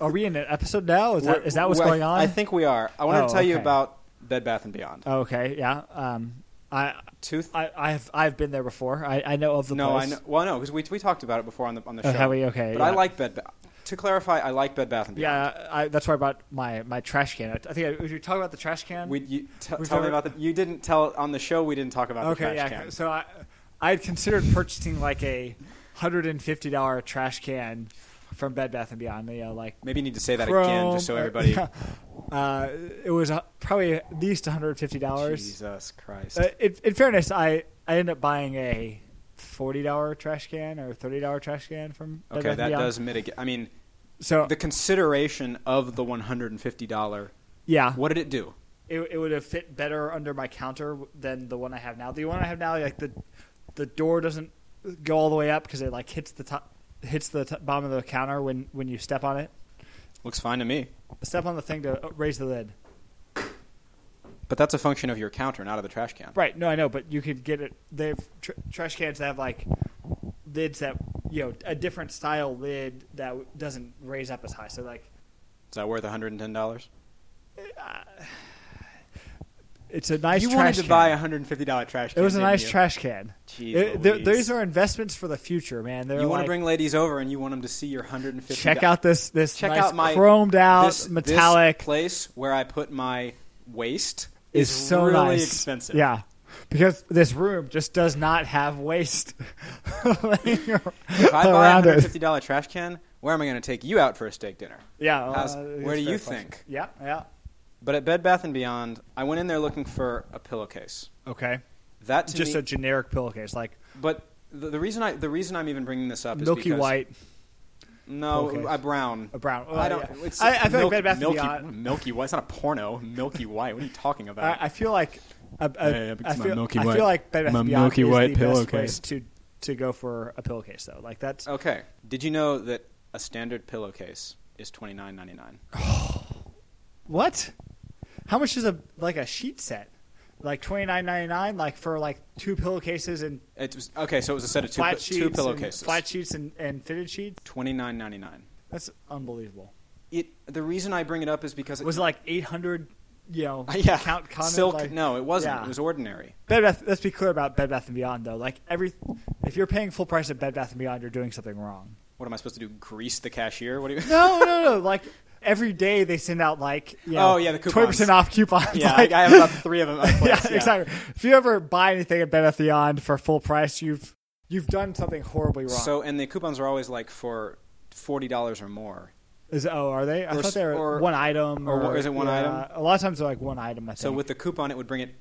Are we in an episode now? Is that We're- is that what's well, I- going on? I think we are. I wanted Oh, to tell you okay. about Bed Bath and Beyond. Oh, okay. Yeah. Um. I. Tooth. I. I've. I've been there before. I. I know of the no, place. I know. Well, no, because we, we talked about it before on the on the show. Oh, have we? Okay. But yeah. I like Bed. Ba- to clarify, I like Bed Bath and Beyond. Yeah. I, that's where I bought my my trash can. I, I think I, you talking about the trash can. We you, t- We've tell me never- about the. You didn't tell on the show. We didn't talk about okay. the trash yeah. can. So I. I had considered purchasing like a hundred and fifty dollar trash can from Bed Bath and Beyond. You know, like Maybe you need to say that again, Chrome, just so uh, everybody. yeah. Uh, it was uh, probably at least one hundred fifty dollars. Jesus Christ! Uh, in, in fairness, I I ended up buying a forty dollar trash can or thirty dollar trash can from Bed okay, Bath that Beyond. does mitigate. I mean, So the consideration of the one hundred and fifty dollar. yeah, What did it do? it it would have fit better under my counter than the one I have now. The one I have now, like the the door doesn't go all the way up because it like hits the top hits the top, bottom of the counter when when you step on it. Looks fine to me. Step on the thing to uh, raise the lid. But that's a function of your counter, not of the trash can. Right. No, I know, but you could get it. They have tr- trash cans that have like lids that you know a different style lid that w- doesn't raise up as high. So like Is that worth one hundred and ten dollars? it's a nice. You trash wanted to can. buy a hundred and fifty dollar trash can. It was a didn't nice you? trash can. Jeez It- th- Louise. these are investments for the future, man. They're You want like, to bring ladies over and you want them to see your hundred and fifty. check out this this Check nice out my chromed out this, this metallic place where I put my waste is so really nice. expensive. Yeah. Because this room just does not have waste laying ar- If I buy a around hundred it. fifty dollar trash can, where am I going to take you out for a steak dinner? Yeah. How's- uh, where do that's a you fair question. think? Yeah. Yeah. But at Bed Bath and Beyond, I went in there looking for a pillowcase. Okay. That to Just me, a generic pillowcase, like but the, the reason I the reason I'm even bringing this up is milky because, white, No, pillowcase. a brown. a brown. I don't. yeah. It's I, I feel milk- like Bed Bath and milky, Beyond. Milky white. It's not a porno. Milky white. What are you talking about? I, I feel like a, a, Yeah, yeah, because I, my feel, milky I white- feel like Bed Bath my and Beyond milky is white the best pillowcase. place to to go for a pillowcase though. Like that's Okay. Did you know that a standard pillowcase is twenty nine ninety nine? What? How much is a like a sheet set? Like twenty nine ninety nine, like for like two pillowcases and It was okay. So it was a set of two, flat pi- sheets, two and- pillowcases. flat sheets and, and fitted sheets. Twenty nine ninety nine. That's unbelievable. It. The reason I bring it up is because it Was it like eight hundred? You know, Uh, yeah count condom, silk. like- no, it wasn't. Yeah. It was ordinary. Bed Bath. Let's be clear about Bed Bath and Beyond though. Like every, if you're paying full price at Bed Bath and Beyond, you're doing something wrong. What am I supposed to do? Grease the cashier? What do you? No, no, no. Like every day they send out like you know, Oh, yeah, the coupons. twenty percent off coupons. yeah, like, I, I have about three of them. at my yeah, place, yeah. exactly. If you ever buy anything at Bed Beyond for full price, you've you've done something horribly wrong. So and the coupons are always like for forty dollars or more. is oh, are they? I or s- thought they were or- one item, or or, what- is it one yeah, item? A lot of times they're like one item. I think. So with the coupon, it would bring it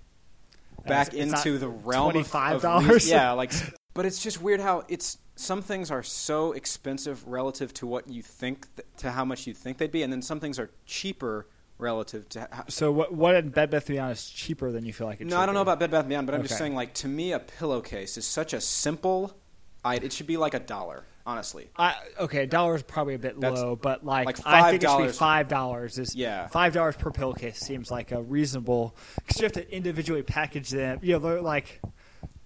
it's- back it's not into the realm of- of $25? reas- Yeah, like, but it's just weird how it's some things are so expensive relative to what you think th- to how much you think they'd be, and then some things are cheaper relative to. How, so what what in Bed Bath Beyond is cheaper than you feel like? It no, should I don't know be? about Bed Bath and Beyond, but I'm just Okay. saying, like to me, a pillowcase is such a simple. I, it should be like a dollar, honestly. I, okay, a dollar is probably a bit That's- low, but like, like I think it should be $5. five dollars. Is Yeah. five dollars per pill case seems like a reasonable because you have to individually package them. You know, they're like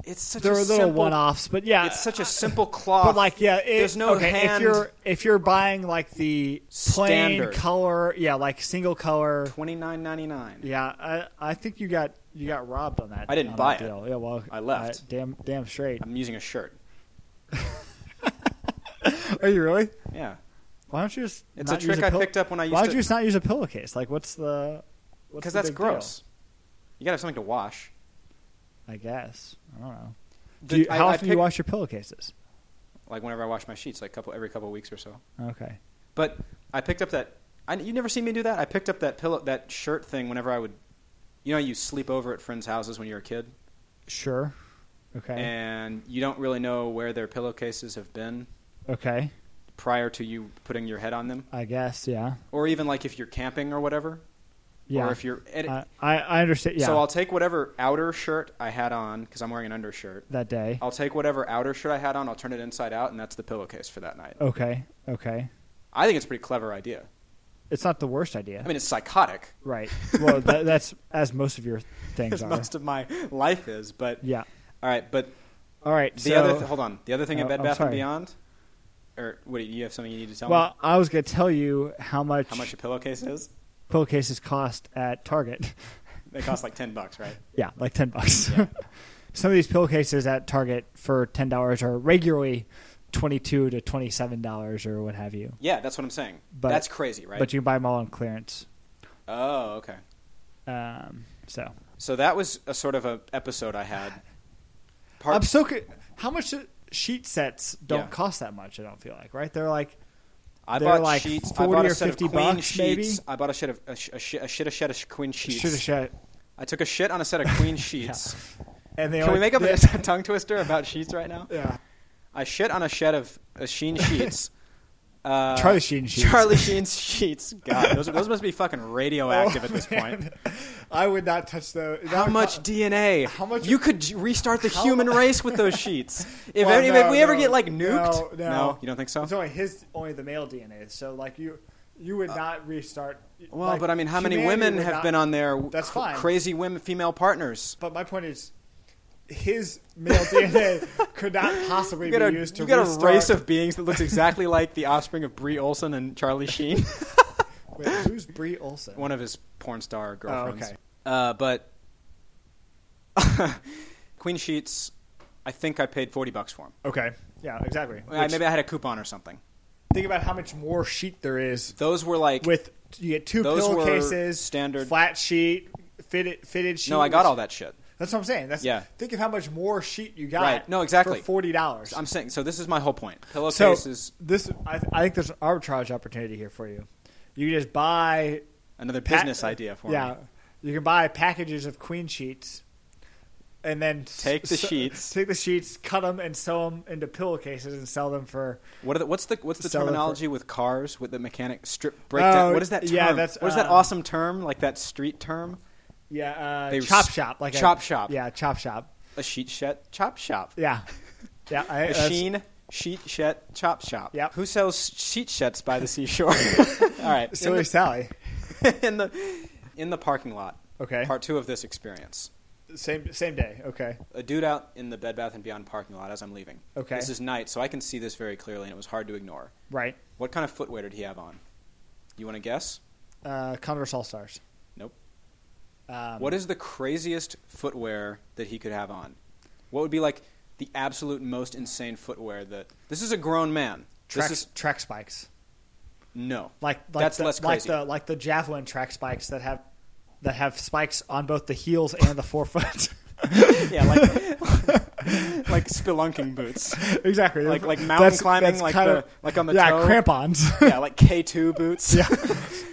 It's such they're a little simple, one-offs, but yeah, It's such a simple cloth. But like, yeah, it, there's no okay, hand. If you're if you're buying like the plain Standard. color, yeah, like single color, Twenty nine ninety nine. yeah, I I think you got you got robbed on that. I didn't on buy that it. Deal. Yeah, well, I left. uh, damn, damn straight. I'm using a shirt. Are you really? Yeah. Why don't you just? It's not a trick use I pill- picked up when I used Why to- don't you just not use a pillowcase? Like, what's the? what's Because the that's big deal? gross. You gotta have something to wash. I guess. I don't know. The- Do you, I- how I often do you pick- wash your pillowcases? Like whenever I wash my sheets, like couple every couple of weeks or so. Okay. But I picked up that. I, you never seen me do that. I picked up that pillow, that shirt thing. Whenever I would, you know, you sleep over at friends' houses when you're a kid, Sure. Okay. and you don't really know where their pillowcases have been okay. prior to you putting your head on them, I guess. Yeah. or even like if you're camping or whatever, Yeah. or if you're. and it- I, I I understand. Yeah. So I'll take whatever outer shirt I had on because I'm wearing an undershirt. that day. I'll take whatever outer shirt I had on. I'll turn it inside out, and that's the pillowcase for that night. Okay. Okay. I think it's a pretty clever idea. It's not the worst idea. I mean, it's psychotic, right. Well, that, that's as most of your things as are. most of my life is. But yeah. all right, but All right. the so other th- hold on, the other thing Oh, at Bed I'm Bath and sorry. Beyond or what? do You have something you need to tell me? Well, I was going to tell you how much, How much a pillowcase is? pillowcases cost at Target. They cost like ten bucks, right? yeah, like 10 bucks. Some of these pillowcases at Target for $10 are regularly 22 to $27 or what have you. Yeah, that's what I'm saying. But- that's crazy, right? But you can buy them all on clearance. oh, okay. Um, so So that was a sort of a episode I had. Part I'm so cu- how much do- sheet sets don't Yeah. cost that much. I don't feel like right. They're like I they're bought like sheets. I 40 bought or a set 50 of queen bucks, sheets. maybe? I bought a shit of a, sh- a, shit, a shit a shed of queen sheets. should have shut. I took a shit on a set of queen sheets. And they Can only, we make up they- a tongue twister about sheets right now? Yeah. I shit on a shed of uh, Sheen sheets. Uh, Charlie Sheen sheets. Charlie Sheen's sheets. God, those, those must be fucking radioactive at this point. Oh, I would not touch those. How much DNA? How much- You could j- restart the How- human race with those sheets. If, Well, any, no, if we ever no, get like no, nuked, no. you don't think so? It's only his, only the male DNA. So like you, you would not restart. Uh, Well, like, but I mean, how many humanity women would have not- been on there? That's cr- fine. Crazy women, female partners. But my point is, his male DNA could not possibly You got, be a, used to you got a restart. race of beings that looks exactly like the offspring of Brie Olson and Charlie Sheen, Wait, who's Brie Olson? one of his porn star girlfriends. Oh, okay. Uh, but Queen Sheets, I think I paid forty bucks for them. Okay. Yeah, exactly. Which- Maybe I had a coupon or something. think about how much more sheet there is Those were like with you get two Those were pillowcases, standard- flat sheet, fitted fitted sheet. no, I got all that shit. That's what I'm saying. That's Yeah. Think of how much more sheet you got. Right. No, exactly. For forty dollars. I'm saying so. This is my whole point. So Pillowcases, this, I, I think there's an arbitrage opportunity here for you. You can just buy another pa- business idea for yeah, me. you can buy packages of queen sheets, and then s- Take the s- sheets. take the sheets, cut them, and sew them into pillowcases and sell them for What are the, what's the what's the Sell it for- terminology with cars with the mechanic strip breakdown? Oh, what is that term? yeah, that's, what is that um, awesome term? Like that street term? yeah uh, They chop s- shop like a- chop shop. yeah chop shop A sheet shed chop shop. yeah yeah I, uh, A that's- sheen sheet shed chop shop. Yep. Who sells sheet sheds by the seashore? All right. Silly in, Sally. the, in the in the parking lot. Okay. Part two of this experience. Same same day. Okay. a dude out in the Bed Bath and Beyond parking lot as I'm leaving. Okay. This is night, so I can see this very clearly, and it was hard to ignore. Right. What kind of footwear did he have on? You want to guess? Uh, Converse All Stars. Nope. Um, what is the craziest footwear that he could have on? What would be like the absolute most insane footwear that? This is a grown man. track, This is track spikes? no. Like, like That's the, less like crazy. the like the javelin track spikes that have that have spikes on both the heels and the forefoot. yeah, like like spelunking boots. exactly. Like like mountain That's- climbing, that's like kinda- the like on the yeah toe. crampons. Yeah, like K two boots. yeah.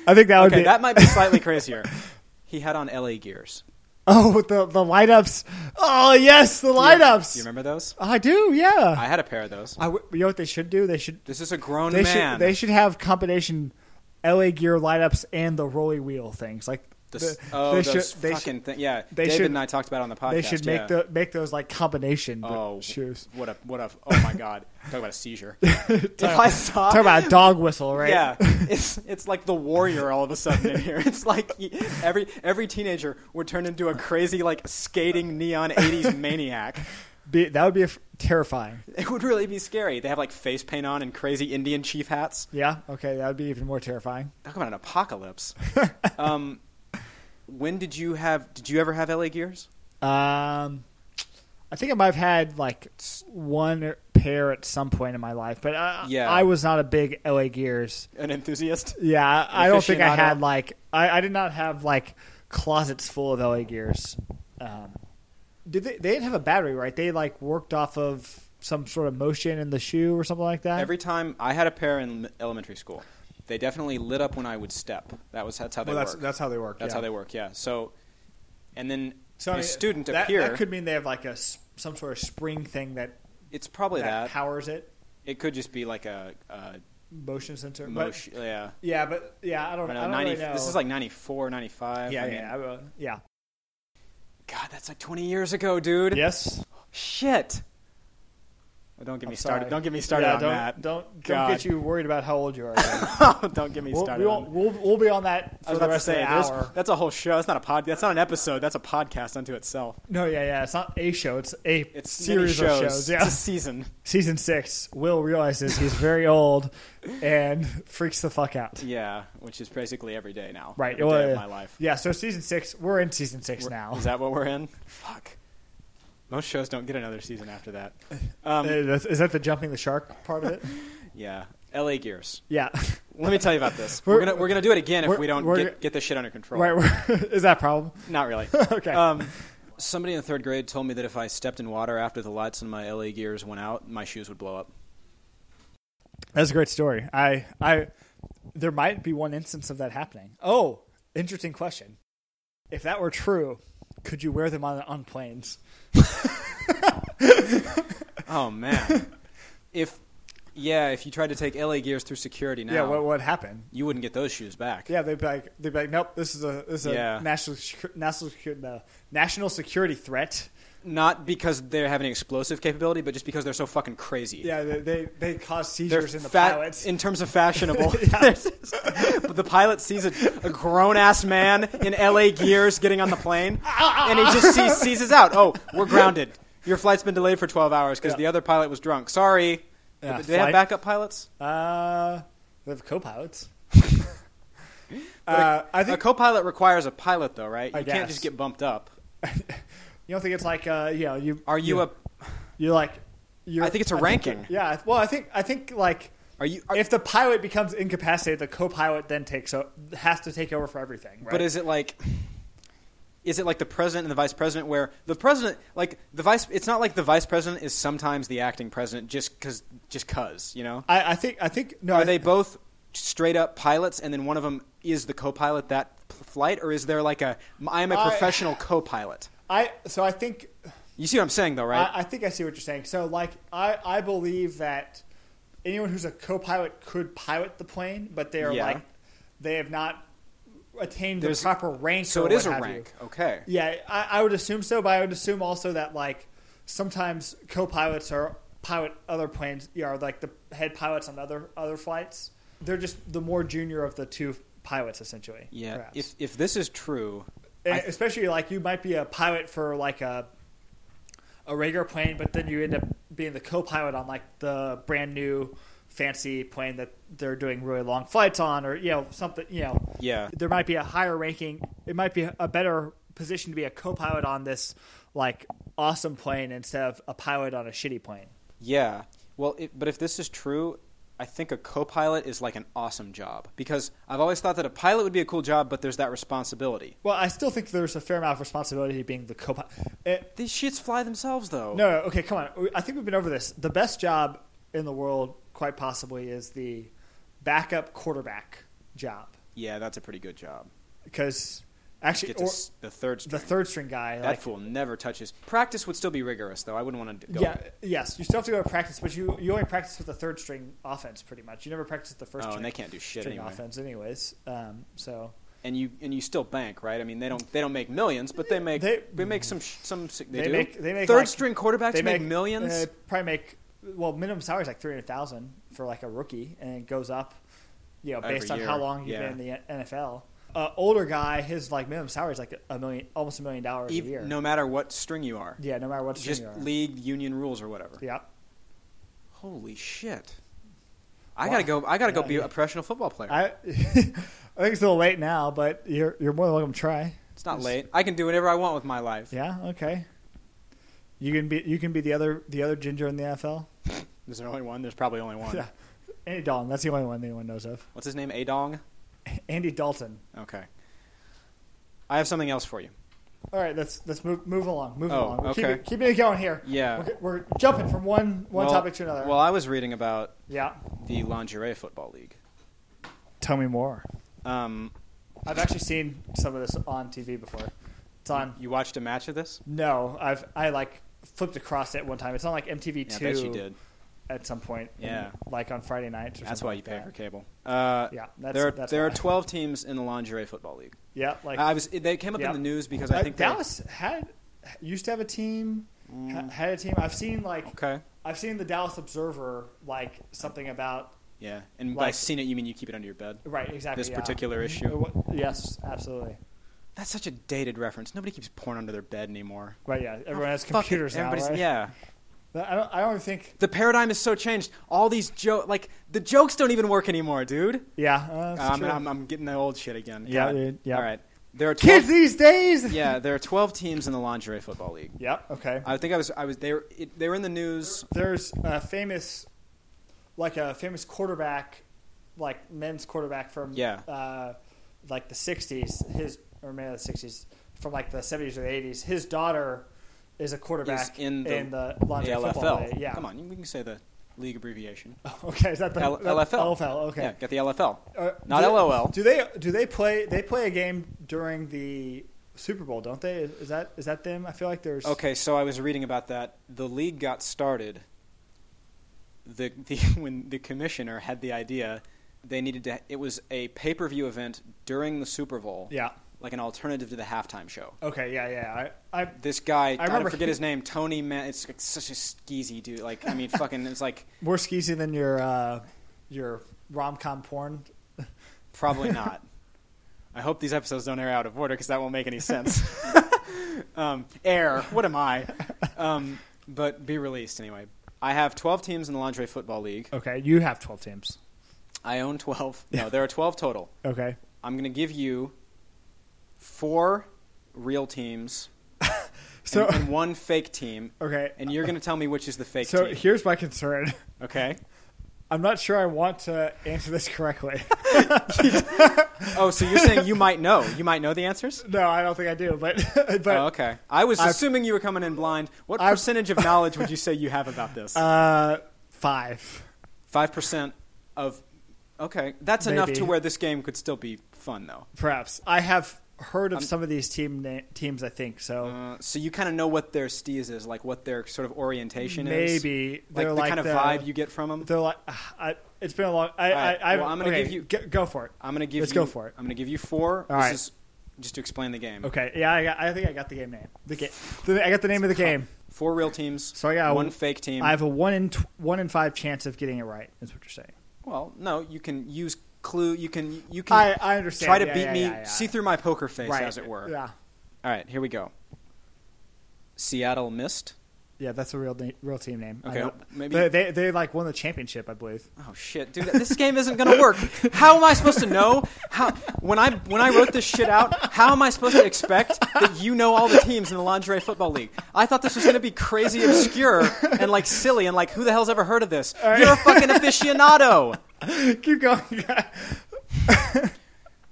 I think that would Okay, be that might be slightly crazier. He had on LA gears. oh with the the light ups. Oh yes, the light ups. Do you remember those? I do. Yeah. I had a pair of those. I w- you know what they should do? They should This is a grown They man. should they should have combination LA gear lineups and the rolly wheel things like The the- s- oh, they those should they fucking should, thing. Yeah, they David should- and I talked about it on the podcast. they should make yeah. the make those like combination oh oh, shoes. What a what a oh my god! Talk about a seizure. if I saw Talk about a dog whistle, right? Oh, yeah, it's it's like the warrior all of a sudden in here. It's like he- every every teenager would turn into a crazy like skating neon '80s maniac. Be, that would be f- terrifying. It would really be scary. They have like face paint on and crazy Indian chief hats. Yeah. Okay, that would be even more terrifying. Talk about an apocalypse. um, when did you have? Did you ever have LA gears? Um, I think I might have had like one pair at some point in my life, but I, Yeah. I was not a big LA gears. An enthusiast. Yeah, I, I don't think I aficionado? had like I, I did not have like closets full of LA gears. Um, did they? They didn't have a battery, right? They like worked off of some sort of motion in the shoe or something like that. Every time I had a pair in l- elementary school, they definitely lit up when I would step. That was that's how they Well, that's work. that's how they work. That's yeah. how they work. Yeah. So, and then So, a I mean, student that, up here, that could mean they have like a s- some sort of spring thing that it's probably that, that. powers it, it could just be like a, a motion sensor. But- motion. yeah. yeah, but yeah, I I don't, don't I know, don't 90, really know. This is like 94, 95. yeah, I yeah, mean, yeah, I will- yeah. God, that's like 20 years ago, dude. Yes, Shit. Oh, don't get I'm me started. sorry. Don't get me started Yeah, on don't, that. Don't, don't God. get you worried about how old you are. Don't, get me we'll, started. we'll, on that. we'll, we'll be on that I for was the about to rest say of there's- the hour. that's a whole show. That's not a pod. That's not an episode. That's a podcast unto itself. No, yeah, yeah. It's not a show. It's a It's series many shows. of shows. It's Yeah. a season. Season six. Will realizes he's very old and freaks the fuck out. Yeah, which is basically every day now. Right. Every well, day yeah. of my life. Yeah. So season six. We're in season 6 now. Is that what we're in? Fuck. Most shows don't get another season after that. Um, Uh, that's- Is that the jumping the shark part of it? yeah. LA Gears. yeah. Let me tell you about this. We're, We're- gonna we're gonna do it again if we're- we don't we're- get, get this shit under control. right. we're- Is that a problem? Not really. Okay. Um, somebody in the third grade told me that if I stepped in water after the lights on my LA Gears went out, my shoes would blow up. That's a great story. I, I, there might be one instance of that happening. Oh, interesting question. If that were true, could you wear them on on planes? Oh man. if yeah, if you tried to take LA Gears through security now, Yeah. What would happen? you wouldn't get those shoes back. Yeah, they'd be like, they'd be like, nope. This is a this is Yeah. a national secu- national secu- no, national security threat. Not because they have any explosive capability, but just because they're so fucking crazy. Yeah, they they, they cause They're seizures in the fat pilots. in terms of fashionable. Yeah. There's- but the pilot sees a, a grown ass man in LA gears getting on the plane, and he just sees, seizes out. Oh, we're grounded. Your flight's been delayed for 12 hours because Yeah. the other pilot was drunk. Sorry. Yeah, Do they have flight- backup pilots? uh, they have co-pilots. But a- uh, I A think co-pilot requires a pilot, though, right? I you can't guess. just get bumped up. you don't think it's like uh, you know you Are you a? you're like you're, I think it's a a ranking. yeah. I- Well, I think I think like Are you? Are, if the pilot becomes incapacitated, the co-pilot then takes o- has to take over for everything. Right? But is it like? Is it like the president and the vice president, where the president, like the vice, it's not like the vice president is sometimes the acting president just cause, just cause, you know? I, I think I think no. Are I- they both straight up pilots, and then one of them is the co-pilot that p- flight, or is there like a I am a I- professional co-pilot? I so I think You see what I'm saying, though, right? I, I think I see what you're saying. So like I I believe that anyone who's a co-pilot could pilot the plane, but they are Yeah. like they have not attained There's- the proper rank. so or it is what a have you. rank, okay? Yeah, I, I would assume so, but I would assume also that like sometimes co-pilots are pilot other planes you know, are like the head pilots on other other flights. They're just the more junior of the two pilots, essentially. Yeah. perhaps. If if this is true, And I- Eh, especially like you might be a pilot for like a a regular plane, but then you end up being the co-pilot on like the brand new fancy plane that they're doing really long flights on, or you know something. You know, Yeah. there might be a higher ranking. It might be a better position to be a co-pilot on this like awesome plane instead of a pilot on a shitty plane. Yeah. Well, it, but if this is true, I think a co-pilot is like an awesome job because I've always thought that a pilot would be a cool job, but there's that responsibility. Well, I still think there's a fair amount of responsibility to being the co-pilot. Eh, It, These shits fly themselves, though. No, no, okay, come on. I think we've been over this. The best job in the world, quite possibly, is the backup quarterback job Yeah, that's a pretty good job. because actually, Get to or s- the third string. the third string guy. that like, fool never touches. Practice would still be rigorous, though. I wouldn't want to go. yeah, yes, you still have to go to practice, but you you only practice with the third string offense pretty much. You never practice with the first Oh, string, and they can't do shit string anyway. offense, anyways. Um, so And you and you still bank, right? I mean, they don't they don't make millions, but they make they, They- make some sh- some si- they, they do. make- they make, third like- string quarterbacks they uh, make, millions. They probably make well minimum salary is like three hundred thousand for like a rookie, and it goes up, you know, based Every on how year, long you've yeah. been in the NFL. Uh, older guy, his like minimum salary is like a million, almost a million dollars Ev- a year. e, no matter what string you are, yeah, no matter what just string you are. league union rules or whatever. yeah, Holy shit! I Wow. gotta go. I gotta go Yeah, be yeah. a professional football player. I, I think it's a little late now, but you're you're more than welcome to try. it's not it's- late. I can do whatever I want with my life. Yeah, okay. You can be you can be the other the other ginger in the NFL. Is there only one? There's probably only one. Yeah, Andy Dalton. That's the only one anyone knows of. What's his name? Adong. Andy Dalton. Okay. I have something else for you. All right, let's let's move move along. Move Oh, along. We're okay. keeping, keeping it going here. Yeah. We're, we're jumping from one one Well- topic to another. Well, I was reading about yeah. the lingerie football league. Tell me more. Um, I've actually seen some of this on TV before. It's on. you watched a match of this? No, I've I like flipped across it one time. It's on like MTV Yeah, I two. bet you did. at some point. in- Yeah. like on Friday nights. Or That's something why you like pay that. for cable. Uh, Yeah, that's- there are, that's there are why. 12 teams in the lingerie football league. Yeah, like I was. They came up Yeah. in the news because I uh, think they- Mm. Dallas had used to have a team. ha- Had a team. I've seen like okay. I've seen the Dallas Observer like something about Yeah, and by Like- seen it, you mean you keep it under your bed. right exactly This yeah. particular Uh, issue. what- Yes, absolutely. That's such a dated reference. Nobody keeps porn under their bed anymore. Right, yeah. Everyone has Oh, Fuck it, computers now, everybody's- right? Yeah. I don't. I don't even think. The paradigm is so changed. All these joke, like the jokes, don't even work anymore, dude. Yeah. uh, that's Um, true. I'm, I'm getting the old shit again. Yeah, Got it. dude, yeah. All right. There are 12, Kids these days. yeah, there are 12 teams in the lingerie football league. Yep. Okay. I think I was I was they were it, they were in the news. There's a famous, like a famous quarterback, like men's quarterback from Yeah. uh, like the '60s. His or man of the '60s from like the '70s or the '80s. His daughter is a quarterback Is in the lingerie football LFL. league. Yeah. Come on, you- we can say the league abbreviation. Okay. Is that the L- that- LFL. LFL. Okay. Yeah, got the LFL. Uh, Not do they- LOL. Do they do they play they play a game during the Super Bowl? Don't they? Is that is that them? I feel like there's Okay, so I was reading about that. The league got started. The, the when the commissioner had the idea, they needed to. It was a pay per view event during the Super Bowl, Yeah. like an alternative to the halftime show. Okay. Yeah. Yeah. I. I This guy, I, remember forget he- his name, Tony. Man, it's like such a skeezy dude. Like I mean, fucking, it's like more skeezy than your uh, your rom com porn. Probably not. I hope these episodes don't air out of order because that won't make any sense. um, air, what am I? Um, but be released anyway. I have 12 teams in the Lingerie Football League. Okay. You have twelve teams. I own 12. No, there are 12 total. Okay. I'm going to give you four real teams So- and, and one fake team, Okay. and you're going to tell me which is the fake so team. here's my concern. okay. I'm not sure I want to answer this correctly. Oh, so you're saying you might know. You might know the answers? no, I don't think I do. But but oh, okay. I was I've- assuming you were coming in blind. What I've- percentage of knowledge would you say you have about this? uh, five. Five percent of. Okay, that's enough Maybe. to where this game could still be fun, though. Perhaps I have heard of I'm- some of these team na- teams. I think so. Uh, so you kind of know what their steez is, like what their sort of orientation is. Maybe like they're the like kind of the- vibe you get from them. They're like, ah, I, it's been a long. I, All right, I, I well, I'm gonna okay, give you- go, go for it. I'm gonna give. Let's you, go for it. I'm gonna give you four. All this right. is just to explain the game. Okay, yeah, I, got, I think I got the game name. The game, the, I got the name of the game. Four real teams. So I got one a- fake team. I have a one in tw- one in five chance of getting it right. Is what you're saying? Well, no, you can use clue. You can you can I, I understand. try to Yeah, beat yeah, me, yeah, yeah. see through my poker face, Right, as it were. Yeah, All right, here we go. Seattle missed. yeah, that's a real na- real team name. I Okay, know. maybe- they, they they like won the championship, I believe. Oh shit, dude! This game isn't gonna work. How am I supposed to know? How when I when I wrote this shit out, how am I supposed to expect that you know all the teams in the lingerie football league? I thought this was gonna be crazy obscure and like silly and like who the hell's ever heard of this? You're a fucking aficionado. Keep going.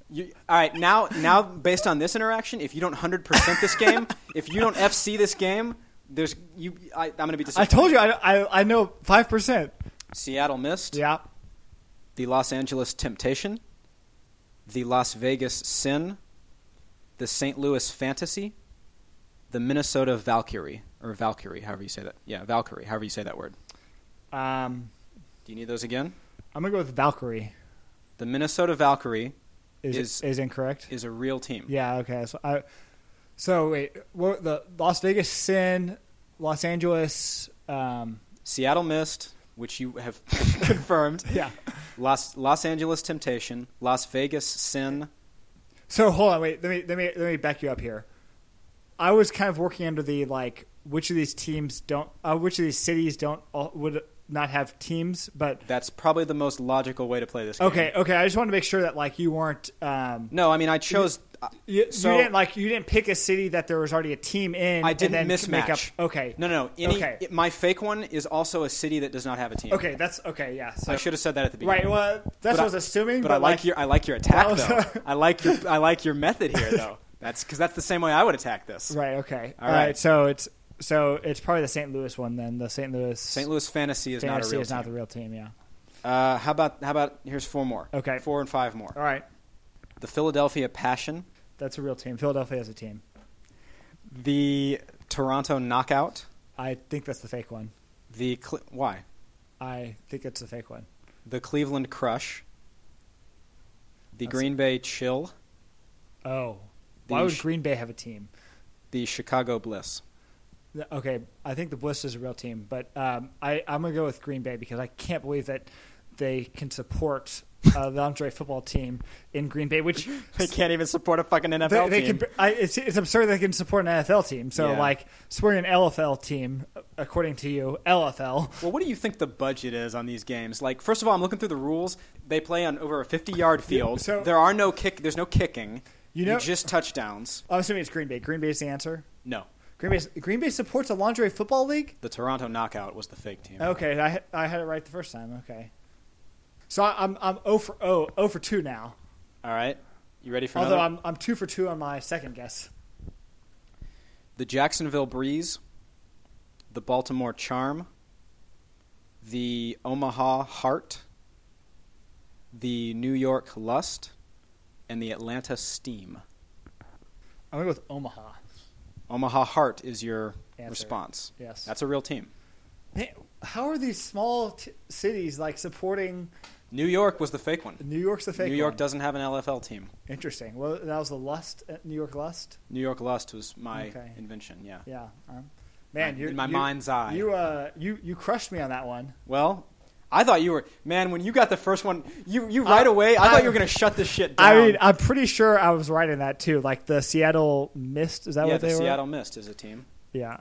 You, all right, now now based on this interaction, if you don't hundred percent this game, if you don't FC this game, there's you. I, I'm gonna be I disappointed. told you, I I, I know five percent. Seattle missed. Yeah, the Los Angeles Temptation, the Las Vegas Sin, the St. Louis Fantasy, the Minnesota Valkyrie, or Valkyrie, however you say that. Yeah, Valkyrie, however you say that word. um, Do you need those again? I'm gonna go with Valkyrie. The Minnesota Valkyrie Is Is- is, incorrect? is a real team. Yeah. Okay. So I. So wait, what, the Las Vegas Sin, Los Angeles. Um, Seattle Mist, which you have confirmed, yeah. Los, Los Angeles Temptation, Las Vegas Sin. So hold on. Wait. Let me let me let me back you up here. I was kind of working under the like which of these teams don't uh, which of these cities don't all, would not have teams, but That's probably the most logical way to play this game. okay, okay. I just wanted to make sure that like you weren't um, No, I mean, I chose. you, So- you didn't like you didn't pick a city that there was already a team in. I and didn't then mismatch. Make up, okay. No, no, no. Any, Okay. it- my fake one is also a city that does not have a team. Okay. That's okay. Yeah. So I should have said that at the beginning. right. Well, that's what But I was assuming. But, I like, your I like your attack was- though. I like your I like your method here though. That's because that's the same way I would attack this. Right. Okay. All All right. right. So it's so it's probably the St. Louis one then. The St. Louis St. Louis Fantasy is not a Fantasy real is team. not the real team. Yeah. uh, how about how about here's four more. Okay. four and five more. All right. The Philadelphia Passion, That's a real team. Philadelphia has a team. the Toronto Knockout, I think that's the fake one. the Cle- why I think it's the fake one. the Cleveland Crush, the That's- Green Bay Chill, Oh. The Why would sh- Green Bay have a team? the Chicago Bliss. th- okay, I think the Bliss is a real team, but um, I, I'm going to go with Green Bay because I can't believe that they can support uh, the Andre football team in Green Bay, which They can't even support a fucking NFL they, they team. can. I, it's, it's absurd they can support an NFL team. So Yeah. like supporting an LFL team, according to you, LFL. Well, what do you think the budget is on these games? Like, first of all, I'm looking through the rules. They play on over a 50-yard field. so- there are no kick. There's no kicking. You know- just touchdowns. I'm assuming it's Green Bay. Green Bay is the answer. No, Green Bay. Green Bay supports a lingerie football league. the Toronto Knockout was the fake team. Okay, I I had it right the first time. Okay, so I, I'm I'm 0 for 0, 0 for two now. All right, you ready for Although another? I'm I'm two for two on my second guess. the Jacksonville Breeze, the Baltimore Charm, the Omaha Heart, the New York Lust, and the Atlanta Steam. I'm gonna go with Omaha. Omaha Heart is your Answer. response. Yes. That's a real team. Man, how are these small t- cities like supporting New York was the fake one. New York's the fake? New York one? doesn't have an LFL team. Interesting. Well, that was the lust. uh, New York lust. New York Lust was my Okay. invention, yeah. Yeah. Um, man, My- you in my you- mind's eye. You uh you you crushed me on that one. Well, I thought you were man, when you got the first one, you, you right away, I, I- thought you were going to shut this shit down. I mean, I'm pretty sure I was right in that too. Like the Seattle Mist. Is that yeah, what the they were? Seattle Mist is a team. Yeah.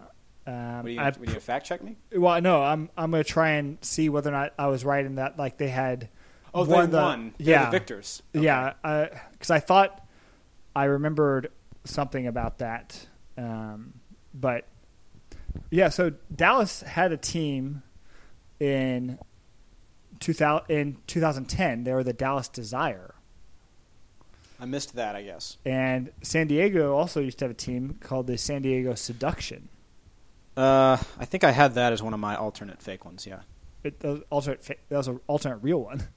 Um, What do you, I- what do you fact check me? Well, no, I'm I'm gonna try and see whether or not I was right in that. Like they had. Oh, they won won. the- They're yeah. the victors. Yeah, because I thought I remembered something about that, um, but yeah. So Dallas had a team in two thousand in 2010. They were the Dallas Desire, I missed that, I guess. and San Diego also used to have a team called the San Diego Seduction. Uh, I think I had that as one of my alternate fake ones, yeah. It, that was alternate, fa- that was an alternate real one.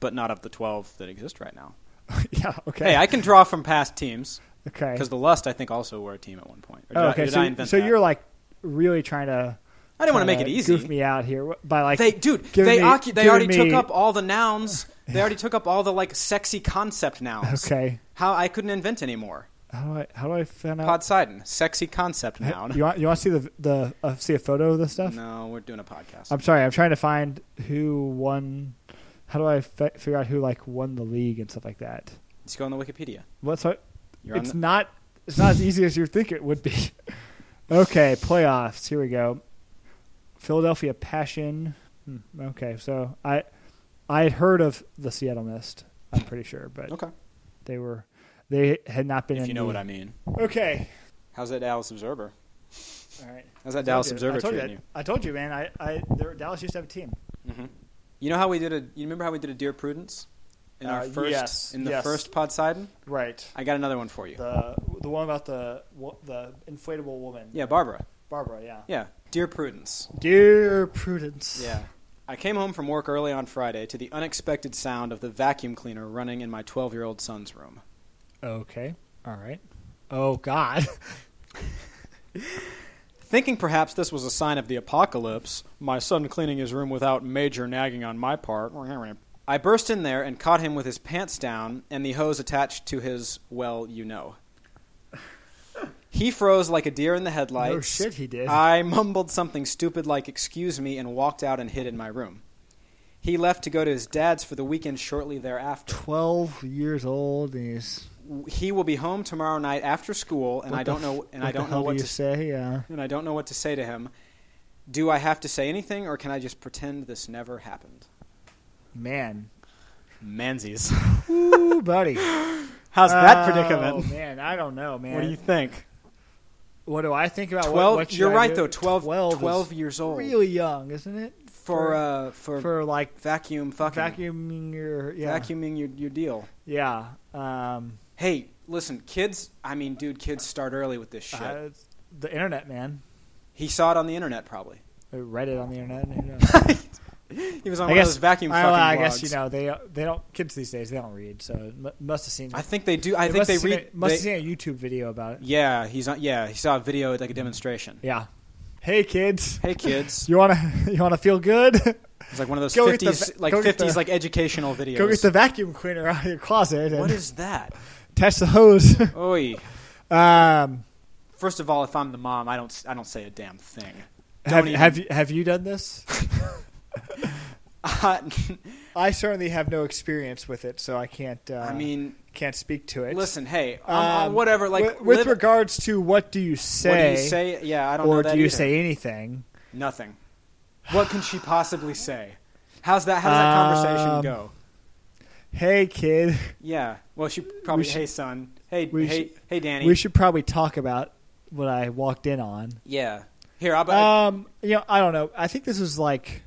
But not of the 12 that exist right now. yeah. Okay. Hey, I can draw from past teams okay. because the Lust, I think, also were a team at one point. Or did Oh, I- okay. did so I invent so that? you're like really trying to. I didn't want to kinda make it easy. Goof me out here wh- by like They, dude, giving they me- occu- they giving already took me- up all the nouns. They already took up all the like sexy concept nouns. Okay. How I couldn't invent anymore. How do I how do I find out? Pod Poseidon, sexy concept noun. You want you want to see the the uh, see a photo of this stuff? No, we're doing a podcast. I'm sorry. I'm trying to find who won. How do I fi- figure out who like won the league and stuff like that? Let's go on the Wikipedia. What's our, You're on it's the- not it's not as easy as you think it would be. okay, playoffs. Here we go. Philadelphia Passion. Hmm, okay, so I I had heard of the Seattle Mist. I'm pretty sure, but Okay. they were they had not been. If in you know the, what I mean. Okay. How's that Dallas Observer? All right. How's that Dallas I told you- Observer I told treating you. you? I told you, man. I, I there, Dallas used to have a team. hmm You know how we did a? You remember how we did a Dear Prudence in our Uh, first yes, in the yes. first Podsidon? Right. I got another one for you. The the one about the wo- the inflatable woman. yeah, Barbara. Barbara. Yeah. Yeah, Dear Prudence. Dear Prudence. Yeah. I came home from work early on Friday to the unexpected sound of the vacuum cleaner running in my 12-year-old son's room. Okay. All right. Oh God. Thinking perhaps this was a sign of the apocalypse, my son cleaning his room without major nagging on my part, I burst in there and caught him with his pants down and the hose attached to his, well, you know. He froze like a deer in the headlights. No shit, he did. I mumbled something stupid like, excuse me, and walked out and hid in my room. He left to go to his dad's for the weekend shortly thereafter. Twelve years old. And he's. He will be home tomorrow night after school, and what I the don't know, f- and what I the don't know hell do what you to say. Uh, Yeah. and I don't know what to say to him. Do I have to say anything, or can I just pretend this never happened? Man. Manzies. Ooh, buddy. How's that Oh predicament? man, I don't know, man. What do you think? What do I think about? what- Twelve. what should you're I right do? though. 12, 12, is years old Really young, isn't it? for uh for, for like vacuum fucking vacuuming your yeah vacuuming your your deal. yeah. Um, Hey, listen, kids. I mean, dude, kids start early with this shit. uh, it's the internet, man. he saw it on the internet, probably. I read it on the internet. Who knows? He was on I one guess of those vacuum I, fucking well, I blogs. guess you know they they don't kids these days they don't read, so it mu- must have seen. I think they do. I must think have they seen read. it- must they- have seen a YouTube video about it. yeah, he's on. Yeah, he saw a video at like a demonstration. Yeah. Hey kids, Hey, kids. you wanna you wanna feel good? It's like one of those Go get the fifties, va- like go get fifties, the- like educational videos. Go get the vacuum cleaner out of your closet and what is that? attach the hose. Oi! um, First of all, if I'm the mom, I don't s- I don't say a damn thing. Have, Don't even- have you have you done this? I, I certainly have no experience with it, so I can't. Uh, I mean, can't speak to it. listen, hey, I'm- I'm- Um, whatever. Like with, with live- regards to what do you say, what do you say? Yeah, I don't know or that do you either. say anything? nothing? What can she possibly say? How's that? How does that conversation Um, go? Hey, kid, Yeah. Well, she probably. should- hey, son. Hey, we hey, hey, Danny. we should probably talk about what I walked in on. yeah. Here, I'll, Um, you know, I don't know. I think this is like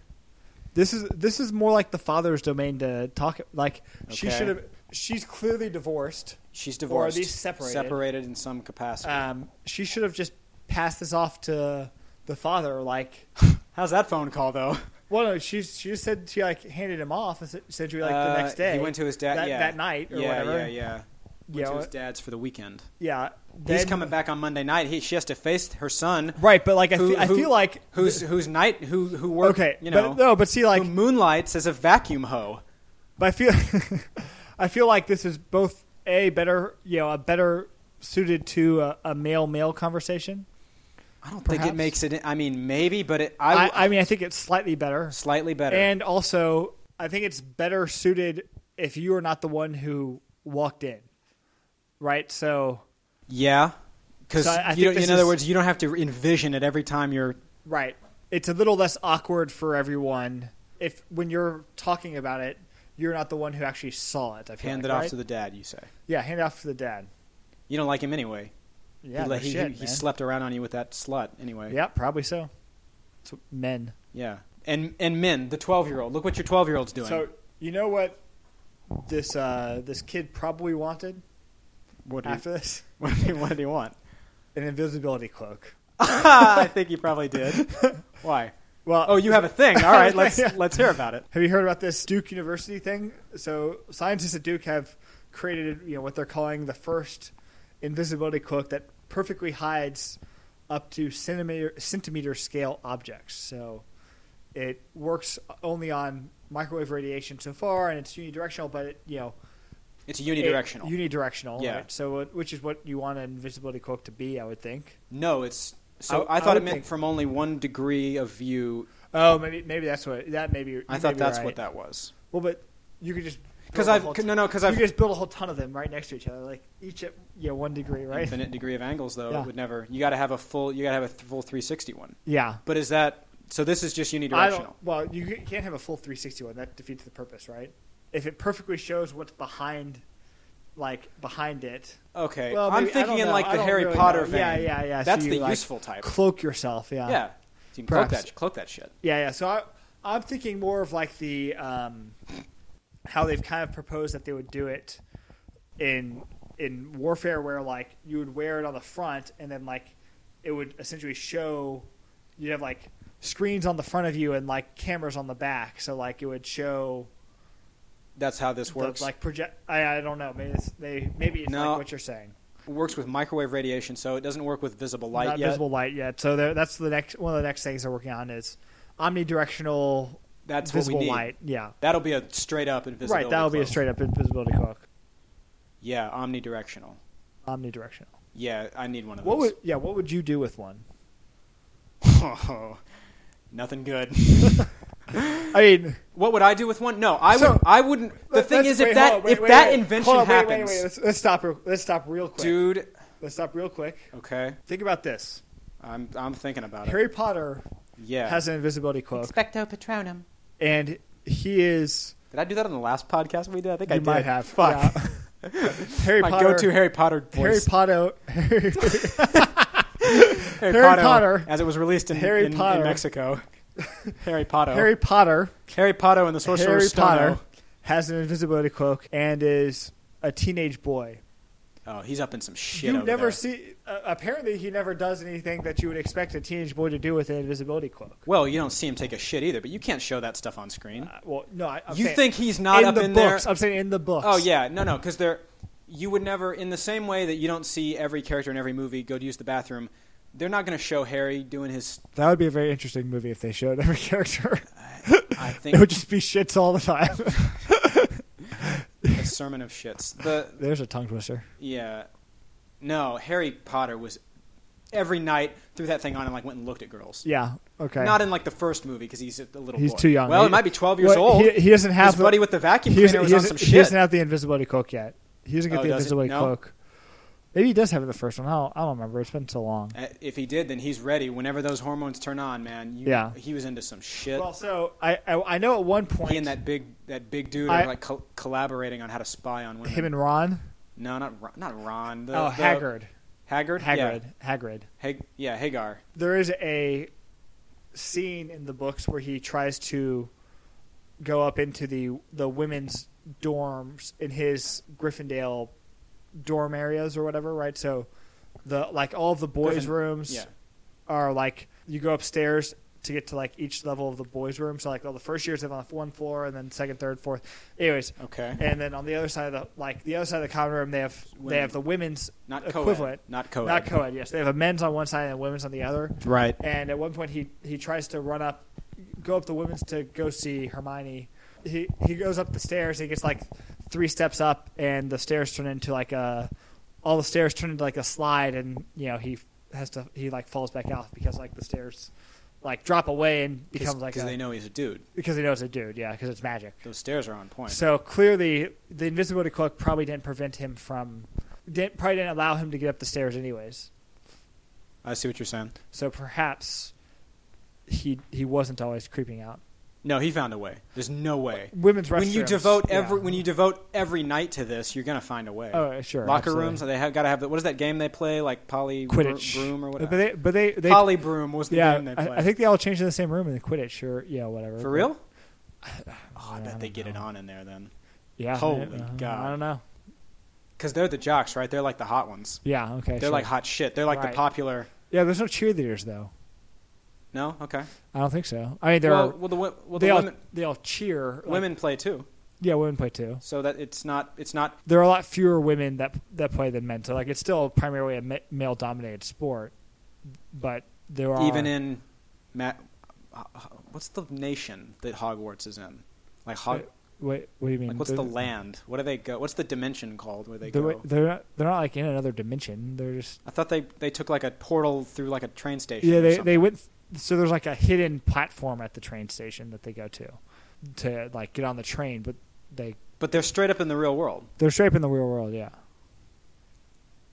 this is this is more like the father's domain to talk. Like she Okay. should have. She's clearly divorced. she's or are divorced. these separated? Separated in some capacity. Um, she should have just passed this off to the father. Like, How's that phone call though? well, no, she she just said she like handed him off and said- said she like the Uh, next day. He went to his dad that, yeah. that night or yeah, whatever. Yeah, yeah, Went Yeah, to what- his dad's for the weekend. yeah. He's Then- coming back on Monday night. He, she has to face her son, Right, but like I, Who- fe- I who- feel like who's whose night, who who works, okay, you know, but, no, but see, like who moonlights as a vacuum hoe. But I feel, I feel like this is both a better, you know, a better suited to a, a male male conversation. I don't think Perhaps. it makes it. I mean, maybe, but it, I, I, I, mean, I think it's slightly better, slightly better. and also I think it's better suited if you are not the one who walked in, right? So, yeah, because So I- I you think don't- this in other is- words, you don't have to envision it every time you're. right, it's a little less awkward for everyone if when you're talking about it, you're not the one who actually saw it. I feel Hand like, it off right? to the dad. You say yeah, hand it off to the dad. you don't like him anyway. Yeah, he, no let- he, shit, he, he man. slept around on you with that slut anyway. Yeah, probably so. It's men. yeah. And and men, the twelve year old. Look what your twelve year old's doing. So you know what this uh, this kid probably wanted what do you- after this? What do you, what did he want? An invisibility cloak. I think he probably did. Why? Well, Oh, you have a thing. All right, let's Yeah. let's hear about it. have you heard about this Duke University thing? So scientists at Duke have created you know what they're calling the first invisibility cloak that perfectly hides up to centimeter centimeter scale objects. So it works only on microwave radiation so far, and it's unidirectional, but it, you know It's it- unidirectional. unidirectional, Yeah. right? So, what- which is what you want an invisibility cloak to be, I would think. no, it's so. I- I, I thought would it meant think- from only one degree of view. Oh, maybe maybe that's what that maybe. I thought that's what that was. Well, but you could just Because build a I've whole c- t- no no because you I've could just build a whole ton of them right next to each other, like each at yeah one degree, right? infinite degree of angles though. Yeah. It would never. You got to have a full. You got to have a th- full 360 one. Yeah. But is that so? This is just I don't. unidirectional. Well, you c- can't have a full 360 one. That defeats the purpose, right? If it perfectly shows what's behind, like behind it. Okay, Well, I'm maybe- I thinking don't in know. like I the don't Harry really Potter know. vein. Yeah, yeah, yeah. So That's you, the like, useful type. Cloak yourself, yeah. yeah, so you can cloak Perhaps. that. Cloak that shit. Yeah, yeah. So I, I'm thinking more of like the um, how they've kind of proposed that they would do it in in warfare, where like you would wear it on the front, and then like it would essentially show you'd have like screens on the front of you and like cameras on the back, so like it would show That's how this the, works. like project. I, I don't know. Maybe it's, they, maybe it's No. like what you're saying. works with microwave radiation, so it doesn't work with visible light Not yet. visible light yet. So there, that's the next one of the next things they're working on is omnidirectional That's what we visible need. light. Yeah. That'll be a straight up invisibility. right, that'll be a cloak. straight up invisibility cloak, Yeah, omnidirectional. omnidirectional. Yeah, I need one of What those. would yeah? What would you do with one? Nothing good. I mean, what would I do with one? No, I So- would. I wouldn't. The let- thing let's- is, wait, if that hold on, wait, if wait, that wait. invention Hold on, wait, happens, wait, wait, let's, let's stop. real- Let's stop real quick. dude. Let's stop real quick. Okay, Think about this. I'm I'm thinking about it. Harry Potter Yeah. has an invisibility cloak, Expecto Patronum. and he is. Did I do that on the last podcast we did? I think I you did. might have Fuck. yeah. Harry My Potter. go-to Harry Potter Harry voice. Potter. Harry, Harry, Harry Potter. as it was released in, Harry in, Potter. in Mexico. Harry Potter. Harry Potter. Harry Potter and the Sorcerer's Harry Stone. Potter has an invisibility cloak and is a teenage boy. Oh, he's up in some shit. you over never there. see. Uh, apparently, he never does anything that you would expect a teenage boy to do with an invisibility cloak. Well, you don't see him take a shit either, but you can't show that stuff on screen. Uh, well, no, I, I'm you saying think he's not in up the in books? there? I'm saying in the books. Oh yeah, no, no, because they're you would never, in the same way that you don't see every character in every movie go to use the bathroom, they're not going to show Harry doing his. that would be a very interesting movie if they showed every character. I think it would just be shits all the time. a sermon of shits. The There's a tongue twister. yeah, no, Harry Potter was every night threw that thing on and like went and looked at girls. Yeah. Okay. Not in like the first movie because he's a little. He's boy. too young. Well, He- it might be twelve years Well, old. He, he doesn't have His the, buddy with the vacuum he doesn't, cleaner was he on doesn't- some he shit. doesn't have the invisibility cloak yet. He doesn't get Oh, the does he? invisibility No? cloak. Maybe he does have it in the first one. I don't, I don't remember. It's been so long. Uh, If he did, then he's ready. Whenever those hormones turn on, man, you, Yeah. he was into some shit. Well, so I, I I know at one point he and that big that big dude I- are like co- collaborating on how to spy on women. him and Ron. no, not Ron- not Ron. The, oh, the- Haggard. Haggard. Haggard. Yeah. Haggard. Hag- yeah, Hagar. There is a scene in the books where he tries to go up into the the women's dorms in his Gryffindale dorm areas or whatever, right? So the like all the boys' Gryffin- rooms Yeah. are like you go upstairs to get to like each level of the boys' room. So like all the first years live on one floor, and then second, third, fourth. Anyways, Okay. and then on the other side of the like the other side of the common room, they have they Women. have the women's Not co equivalent, Not co not co-ed. Yes, they have a men's on one side and a women's on the other. Right. And at one point, he he tries to run up, go up the women's to go see Hermione. He he goes up the stairs. He gets like three steps up, and the stairs turn into like a all the stairs turn into like a slide, and you know he has to he like falls back out because like the stairs like drop away and Because becomes like a, they know he's a dude. because he knows a dude, yeah, because it's magic. Those stairs are on point. So clearly, the invisibility cloak probably didn't prevent him from didn't probably didn't allow him to get up the stairs anyways. I see what you're saying. So perhaps he he wasn't always creeping out. No, he found a way. There's no way. Women's restrooms. When you devote every yeah. when you devote every night to this, you're gonna find a way. oh sure Locker absolutely. rooms. They have got to have the, what is that game they play? Like poly bro- Quidditch broom or But whatever. they but they, they Poly broom was the yeah game they I, played. I think they all changed in the same room in the Quidditch or yeah whatever for real. Oh, I Yeah, I bet they don't get it know. on in there then, yeah uh, I Holy don't know. God. I don't know because they're the jocks, right? They're like the hot ones. yeah okay They're sure. like hot shit. They're like Right. the popular. yeah there's no cheerleaders though No, okay. I don't think so I mean there well, are well, the, wo- well, they the all women they all cheer like- women play too, yeah women play too so that it's not it's not there are a lot fewer women that that play than men. So like it's still primarily a ma- male dominated sport, but there are even in ma- uh, uh, what's the nation that Hogwarts is in? Like Hog- Wait, what do you mean? like what's They're- the land? What do they go? What's the dimension called where they They're, go? they're not they're not like in another dimension. They're just I thought they they took like a portal through like a train station. yeah. or They something. they went so there's like a hidden platform at the train station that they go to to like get on the train, but they but they're straight up in the real world they're straight up in the real world. Yeah,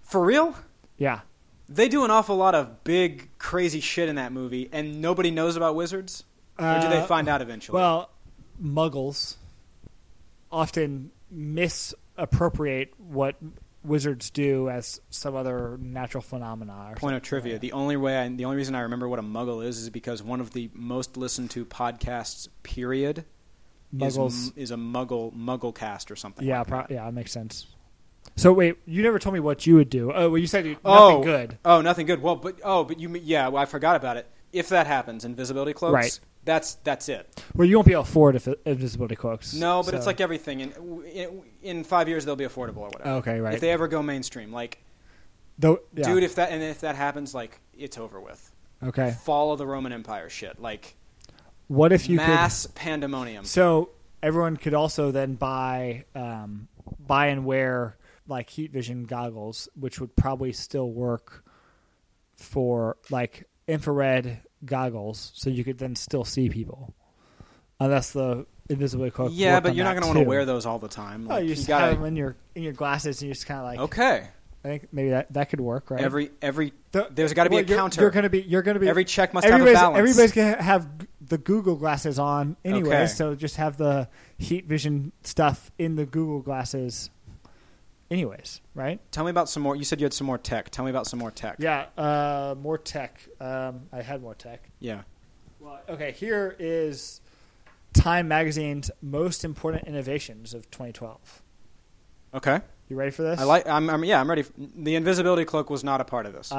for real. yeah. They do an awful lot of big crazy shit in that movie, and nobody knows about wizards. Or do they Uh, find out eventually? Well, muggles often misappropriate what wizards do as some other natural phenomena. Or point of something like trivia: that. the only way, I, the only reason I remember what a muggle is, is because one of the most listened to podcasts, period, is, muggles. m- is a muggle muggle cast or something. yeah, like pro- that. yeah, that makes sense. So wait, you never told me what you would do. Oh, well, you said you, nothing Oh, good. Oh, nothing good. Well, but oh, but you, m- yeah. Well, I forgot about it. If that happens, invisibility cloaks. Right. That's that's it. Well, you won't be able to afford if invisibility cloaks. No, but it's so- like everything. In, in in five years, they'll be affordable or whatever. okay, right? If they ever go mainstream, like, Though- yeah, dude, if that and if that happens, like, it's over with. okay. Fall of the Roman Empire shit, like What if you could? mass pandemonium. So everyone could also then buy um, buy and wear like heat vision goggles, which would probably still work for like infrared goggles, so you could then still see people, unless the invisibility cloak. Yeah, but you're not going to want to wear those all the time. Oh, Like, you you just gotta- have them in your in your glasses, and you just kind of like. okay. I think maybe that that could work, right? Every every The- there's got to be well, a you're- counter. You're going to be you're going to be every check must have a everybody's, balance. everybody's gonna have g- the Google glasses on anyway, Okay. so just have the heat vision stuff in the Google glasses, anyways, right? Tell me about some more. You said you had some more tech. Tell me about some more tech. Yeah, uh, more tech. Um, I had more tech. Yeah. Well, okay, here is Time Magazine's most important innovations of 2012. Okay. You ready for this? I like. I'm, I'm. Yeah. I'm ready. The invisibility cloak was not a part of this. Uh,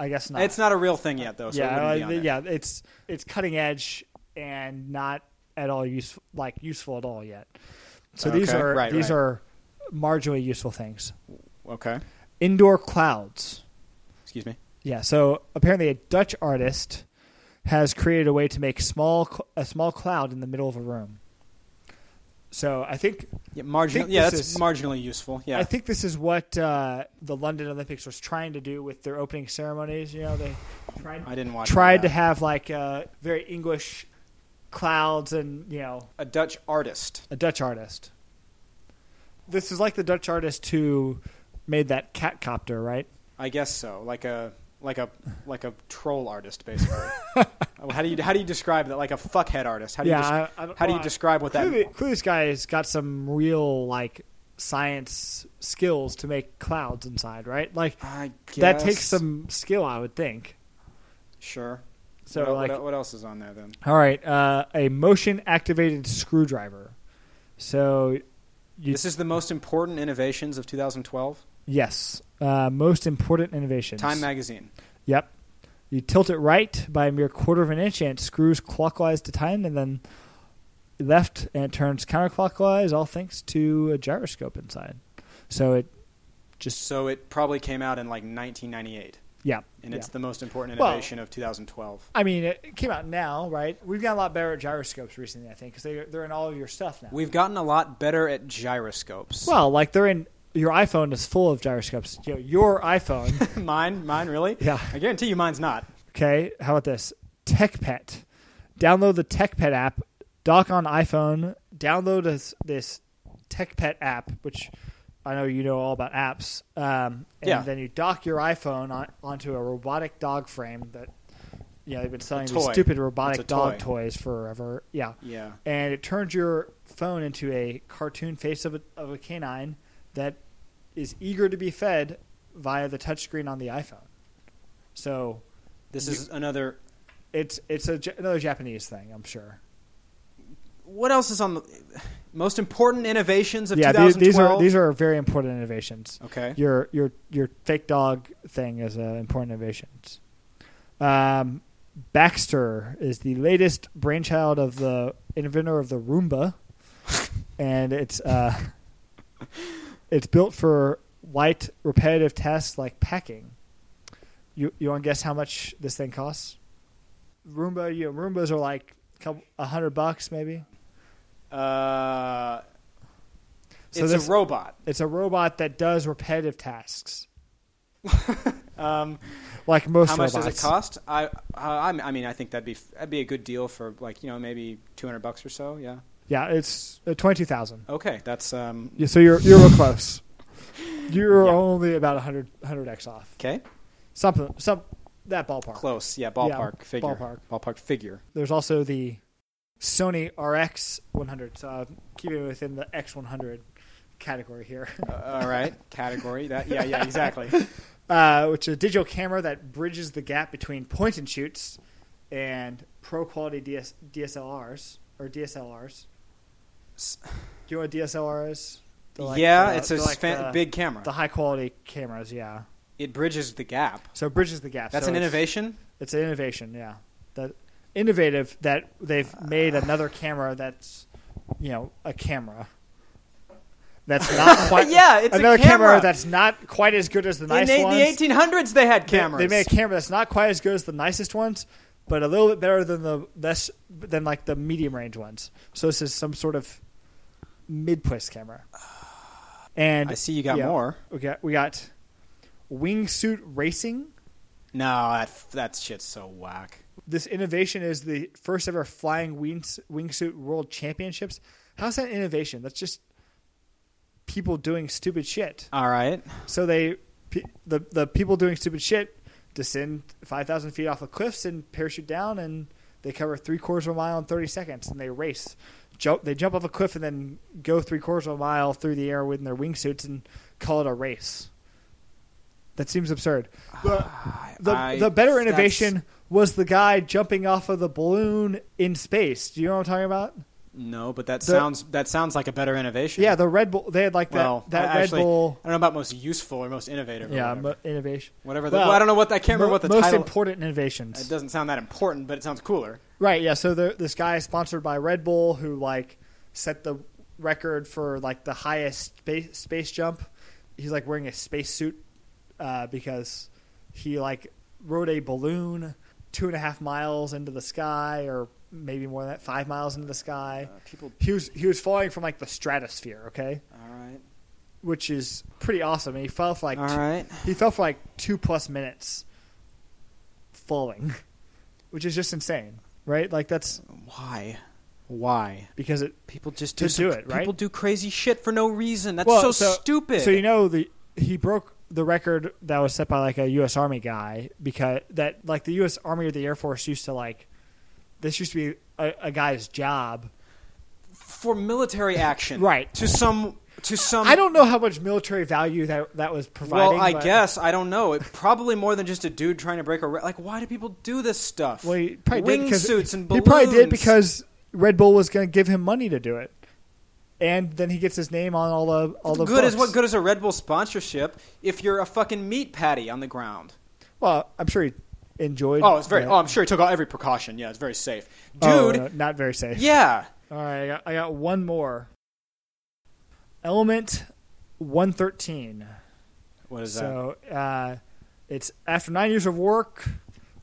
I guess not. It's not a real thing yet, though. Oh, So it yeah, wouldn't be uh, on there. yeah. It's it's cutting edge and not at all useful, like useful at all yet. So these Okay, are right, these right. are marginally useful things. Okay. Indoor clouds. Excuse me. Yeah. So apparently, a Dutch artist has created a way to make small cl- a small cloud in the middle of a room. So I think Yeah, marginal, think yeah this that's is- marginally useful. Yeah. I think this is what uh, the London Olympics was trying to do with their opening ceremonies. You know, they tried I didn't watch tried to that. have like uh, very English clouds and you know a Dutch artist. a Dutch artist. This is like the Dutch artist who made that cat copter, right? I guess so. Like a like a like a troll artist, basically. Well, how do you how do you describe that? Like a fuckhead artist. How do you Yeah, des- I- I don't- how do you well, I- describe what Clearly, that? clearly this guy's got some real like science skills to make clouds inside, right? Like I guess. that takes some skill, I would think. Sure. So what, like, what, what else is on there then? all right, uh, a motion activated screwdriver. So you This is the most important innovations of 2012. yes, uh, most important innovations. Time magazine. Yep. You tilt it right by a mere quarter of an inch, and it screws clockwise to time, and then left, and it turns counterclockwise, all thanks to a gyroscope inside. So it just So it probably came out in like 1998, yeah, and yeah. it's the most important Well- innovation of 2012. I mean, it came out now, right? We've gotten a lot better at gyroscopes recently, I think, because they, they're in all of your stuff now. We've gotten a lot better at gyroscopes. well, like they're in your iPhone is full of gyroscopes. You know, your iPhone, mine, mine, really? Yeah. I guarantee you, mine's not. okay? How about this? TechPet. Download the TechPet app. Dock on iPhone. Download this this TechPet app, which I know you know all about apps. Um, and Yeah. then you dock your iPhone on, onto a robotic dog frame that. Yeah, they've been selling these toy. stupid It's robotic a dog toy. toys forever. Yeah. Yeah. and it turns your phone into a cartoon face of a, of a canine that is eager to be fed via the touchscreen on the iPhone. So This is another it's it's a, Ja- another Japanese thing, I'm sure. what else is on the most important innovations of yeah, these, 2012? these are these are very important innovations. okay. Your your your fake dog thing is an important innovation. Um, Baxter is the latest brainchild of the inventor of the Roomba, and it's uh, it's built for light repetitive tasks like packing. You you want to guess how much this thing costs? Roomba, you know, Roombas are like a couple- a hundred bucks maybe. Uh, So it's this- a robot. It's a robot that does repetitive tasks, Um, like most how much robots. does it cost? I, uh, I I mean, I think that'd be that'd be a good deal for like you know maybe 200 bucks or so. Yeah. Yeah, it's uh, twenty two thousand. Okay, that's um, Yeah, so you're you're real close. You're Yeah. only about 100 100 x off. okay. Something some that ballpark. Close. Yeah. Ballpark Yeah, figure. ballpark. Ballpark figure. There's also the Sony RX 100. So I'm keeping it within the X100 category here, Uh, all right. Category. That. Yeah. Yeah. Exactly. uh, which is a digital camera that bridges the gap between point and shoots and pro quality DS, DSLRs or DSLRs. S- Do you know what DSLR is? They're like yeah. the- it's a they're like fan- the- big camera. the high quality cameras. Yeah, it bridges the gap. so it bridges the gap. That's So an it's- innovation. It's an innovation, yeah. That innovative that they've Ah. made another camera that's you know a camera that's not quite Yeah, it's a another camera. that's not quite as good as the nice in ones. the 1800s, they had They- cameras. They, made a camera that's not quite as good as the nicest ones, but a little bit better than the less than like the medium range ones. So this is some sort of mid price camera. And I see you got yeah, more. We got we got wingsuit racing. No, that that shit's so whack. this innovation is the first ever flying wings, wingsuit world championships. How's that innovation? That's just people doing stupid shit. All right. So they, pe- the the people doing stupid shit, descend five thousand feet off of cliffs and parachute down, and they cover three quarters of a mile in thirty seconds, and they race. Jump, they jump off a cliff and then go three quarters of a mile through the air within their wingsuits and call it a race. That seems absurd. The- the, I- the better that's- innovation was the guy jumping off of the balloon in space. Do you know what I'm talking about? No, but that sounds that sounds like a better innovation. Yeah, the Red Bull. They had like that. well, that I Red actually, Bull. I don't know about most useful or most innovative. Or Yeah, whatever. mo- innovation. whatever. The, well, well, I don't know what I can't remember Mo- what the most title. important it innovations. doesn't sound that important, but it sounds cooler. Right. Yeah. So the, this guy is sponsored by Red Bull, who like set the record for like the highest space, space jump. He's like wearing a spacesuit uh, because he like rode a balloon two and a half miles into the sky or maybe more than that, five miles into the sky. Uh, people. He was he was falling from like the stratosphere, okay, All right. which is pretty awesome. And he fell for like All two- right. he fell for like two plus minutes falling, which is just insane, right? Like that's Why? Why? because it People just To do, some- do it, right? People do crazy shit for no reason. That's Well, so, so- stupid. So you know the he broke the record that was set by like a U.S. Army guy because that like the U.S. Army or the Air Force used to like this used to be a, a guy's job. for military action, Right. To some, to some. I don't know how much military value that that was providing. Um, well, I but- guess I don't know. It probably more than just a dude trying to break a re- like. Why do people do this stuff? Well, he probably did because- Wingsuits and He balloons. probably did because Red Bull was going to give him money to do it, and then he gets his name on all the all the good books. is what good is a Red Bull sponsorship if you're a fucking meat patty on the ground. Well, I'm sure he enjoyed. Oh, it's very. that. Oh, I'm sure he took all every precaution. Yeah, it's very safe, dude. Oh, no, not very safe. Yeah, All right, I got, I got one more. Element 113. what is that? So uh, it's after nine years of work,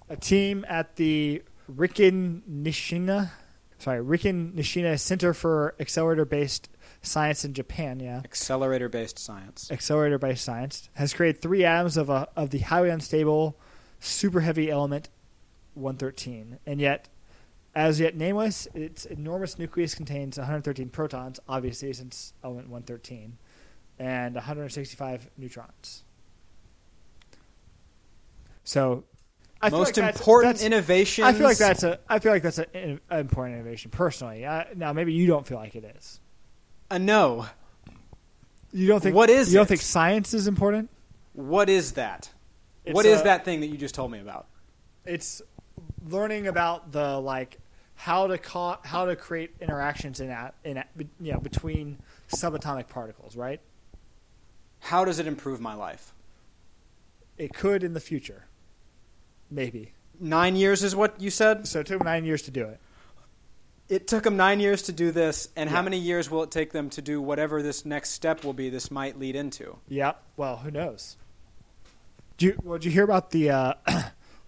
a team at the Rikin Nishina, sorry, Rikin Nishina Center for Accelerator Based Science in Japan, yeah, Accelerator based science. Accelerator Based Science, has created three atoms of, a, of the highly unstable, super heavy element 113. And yet, as yet nameless, its enormous nucleus contains 113 protons, obviously, since element 113, and 165 neutrons. So, I feel Most like that's- important that's- innovation. I feel like that's a. I feel like that's a- an important innovation. Personally, I, now maybe you don't feel like it is. a Uh, no. You don't think What is You don't it? think science is important? What is that? It's what is a- that thing that you just told me about? it's learning about the like how to co- how to create interactions in at in a- be- you know between subatomic particles, right? How does it improve my life? It could in the future, maybe. Nine years is what you said. So it took nine years to do it. It took them nine years to do this, and how Yeah. many years will it take them to do whatever this next step will be? This might lead into. Yeah. Well, who knows? Do you, well, did you hear about the uh,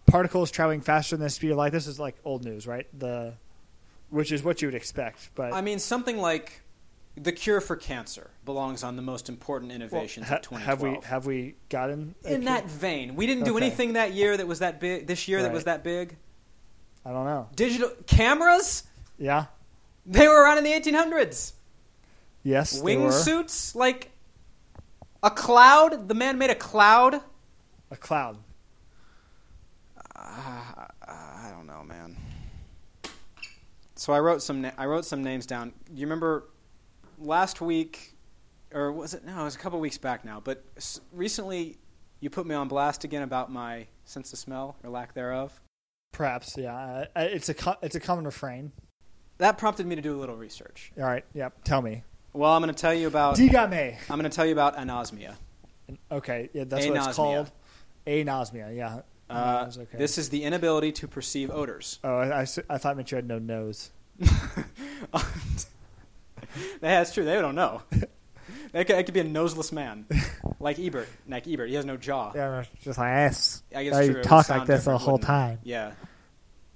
particles traveling faster than the speed of light? This is like old news, right? The which is what you would expect, but I mean, something like the cure for cancer belongs on the most important Well, innovations ha- of 2012. have we have we gotten a in cure? that vein, we didn't do Okay. anything that year that was that big. This year that was Right. that big. I don't know. Digital cameras. Yeah. They were around in the 1800s. Yes. they were. Wingsuits, like a cloud. The man made a cloud. A cloud. Ah, I don't know, man. So I wrote some. Na- I wrote some names down. You remember last week, or was it? No, it was a couple weeks back now. But s- recently, you put me on blast again about my sense of smell or lack thereof. Perhaps, yeah. Uh, It's a co- it's a common refrain. That prompted me to do a little research. All right, yep. Tell me, Well, I'm going to tell you about. digame. I'm going to tell you about anosmia. Okay, yeah, that's what Anosmia. it's called. Anosmia. Yeah. Uh, Nose, Oh, okay. This is the inability to perceive odors. Oh, I, I s- I thought it meant you had no nose. That's true. They don't know. That could, that could be a noseless man, like Ebert. Like Ebert, he has no jaw. Yeah, just like ass. I guess Oh, you true. It would talk sound like this the different, whole wouldn't it? time. Yeah,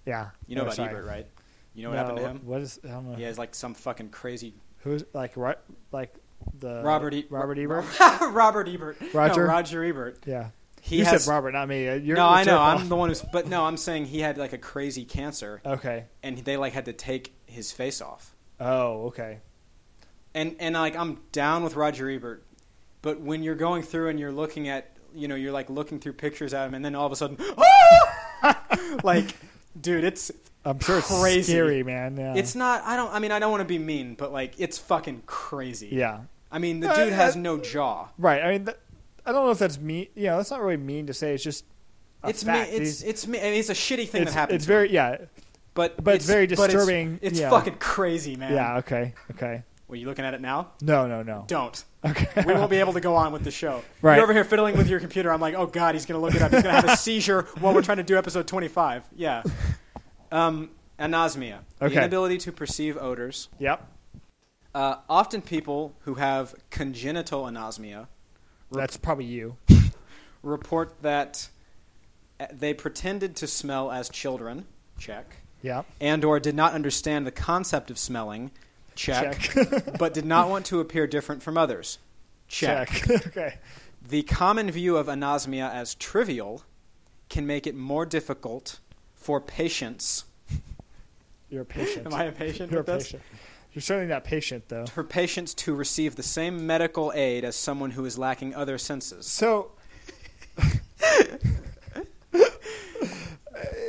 Yeah. you know Oh, about sorry. Ebert, right? You know what No, happened to him? What is? I don't know. He has like some fucking crazy Who's like right? Like the Robert E- Uh, Robert Ebert. Robert Ebert. No, Roger? Roger Ebert. yeah. He you has said Robert, not me. Uh, You're, no. I it's your know. I'm fault. the one who's. But no, I'm saying he had like a crazy cancer, okay. and they like had to take his face off. Oh, okay. and and like I'm down with Roger Ebert, but when you're going through and you're looking at you know you're like looking through pictures at him, and then all of a sudden, like, dude, it's I'm sure it's Crazy. scary, man. Yeah. it's not. I don't. I mean, I don't want to be mean, but like, it's fucking crazy. yeah. I mean, the Uh, dude has uh, no jaw. Right. I mean, that, I don't know if that's mean. You know, that's not really mean to say. It's just a It's me. fact. It's These- it's me. I mean, it's a shitty thing it's, that happens. it's very yeah, but but it's very disturbing, It's, yeah. fucking crazy, man. yeah. Okay. Okay. Were you looking at it now? No. No. No. Don't. Okay. We won't be able to go on with the show. Right. You're over here fiddling with your computer. I'm like, oh god, he's gonna look it up. He's gonna have a seizure while we're trying to do episode 25. Yeah. Um, anosmia, Okay. the inability to perceive odors. yep. Uh, often people who have congenital anosmia That's probably you. report that uh, they pretended to smell as children. Check. Yeah. and or did not understand the concept of smelling check, Check. but did not want to appear different from others check. okay. the common view of anosmia as trivial can make it more difficult for patients You're patient. am i a patient You're with this? patient. You're certainly not patient though. for patients to receive the same medical aid as someone who is lacking other senses So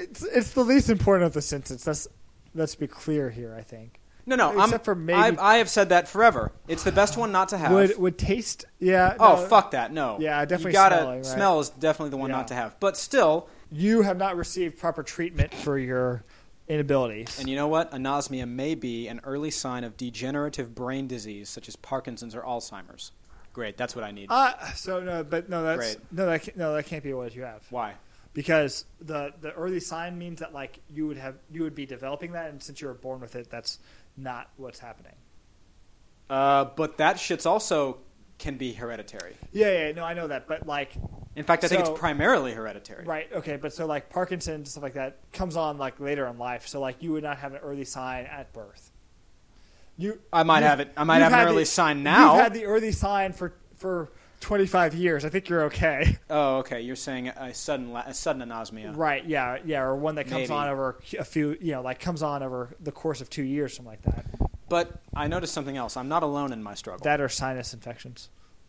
it's it's the least important of the sentence. Let's let's be clear here. I think no no I'm, Except for maybe- I've- I, have said that forever it's the best one not to have would would taste. Yeah. oh no, fuck that no Yeah, definitely you gotta smelling, right? smell is definitely the one Yeah. not to have but still You have not received proper treatment for your inabilities. And you know what? Anosmia may be an early sign of degenerative brain disease, such as Parkinson's or Alzheimer's. Great, that's what I need. uh, so no, but no, that's Great. no, that can't, no, that can't be what you have Why? because the the early sign means that like you would have you would be developing that, and since you were born with it, that's not what's happening. Uh, but that shit's also can be hereditary. Yeah, yeah, no, I know that, but like In fact, I think So- it's primarily hereditary. Right. Okay. But so like Parkinson's and stuff like that comes on like later in life. So like you would not have an early sign at birth. You. I might you've- have it. I might you've have an had early the- sign now. You've had the early sign for for twenty five years. I think you're okay. oh, okay. You're saying a sudden, la- a sudden anosmia. Right. Yeah. Yeah. Or one that comes Maybe. on over a few. You know, like comes on over the course of two years, something like that. But I noticed something else. I'm not alone in my struggle. That or sinus infections.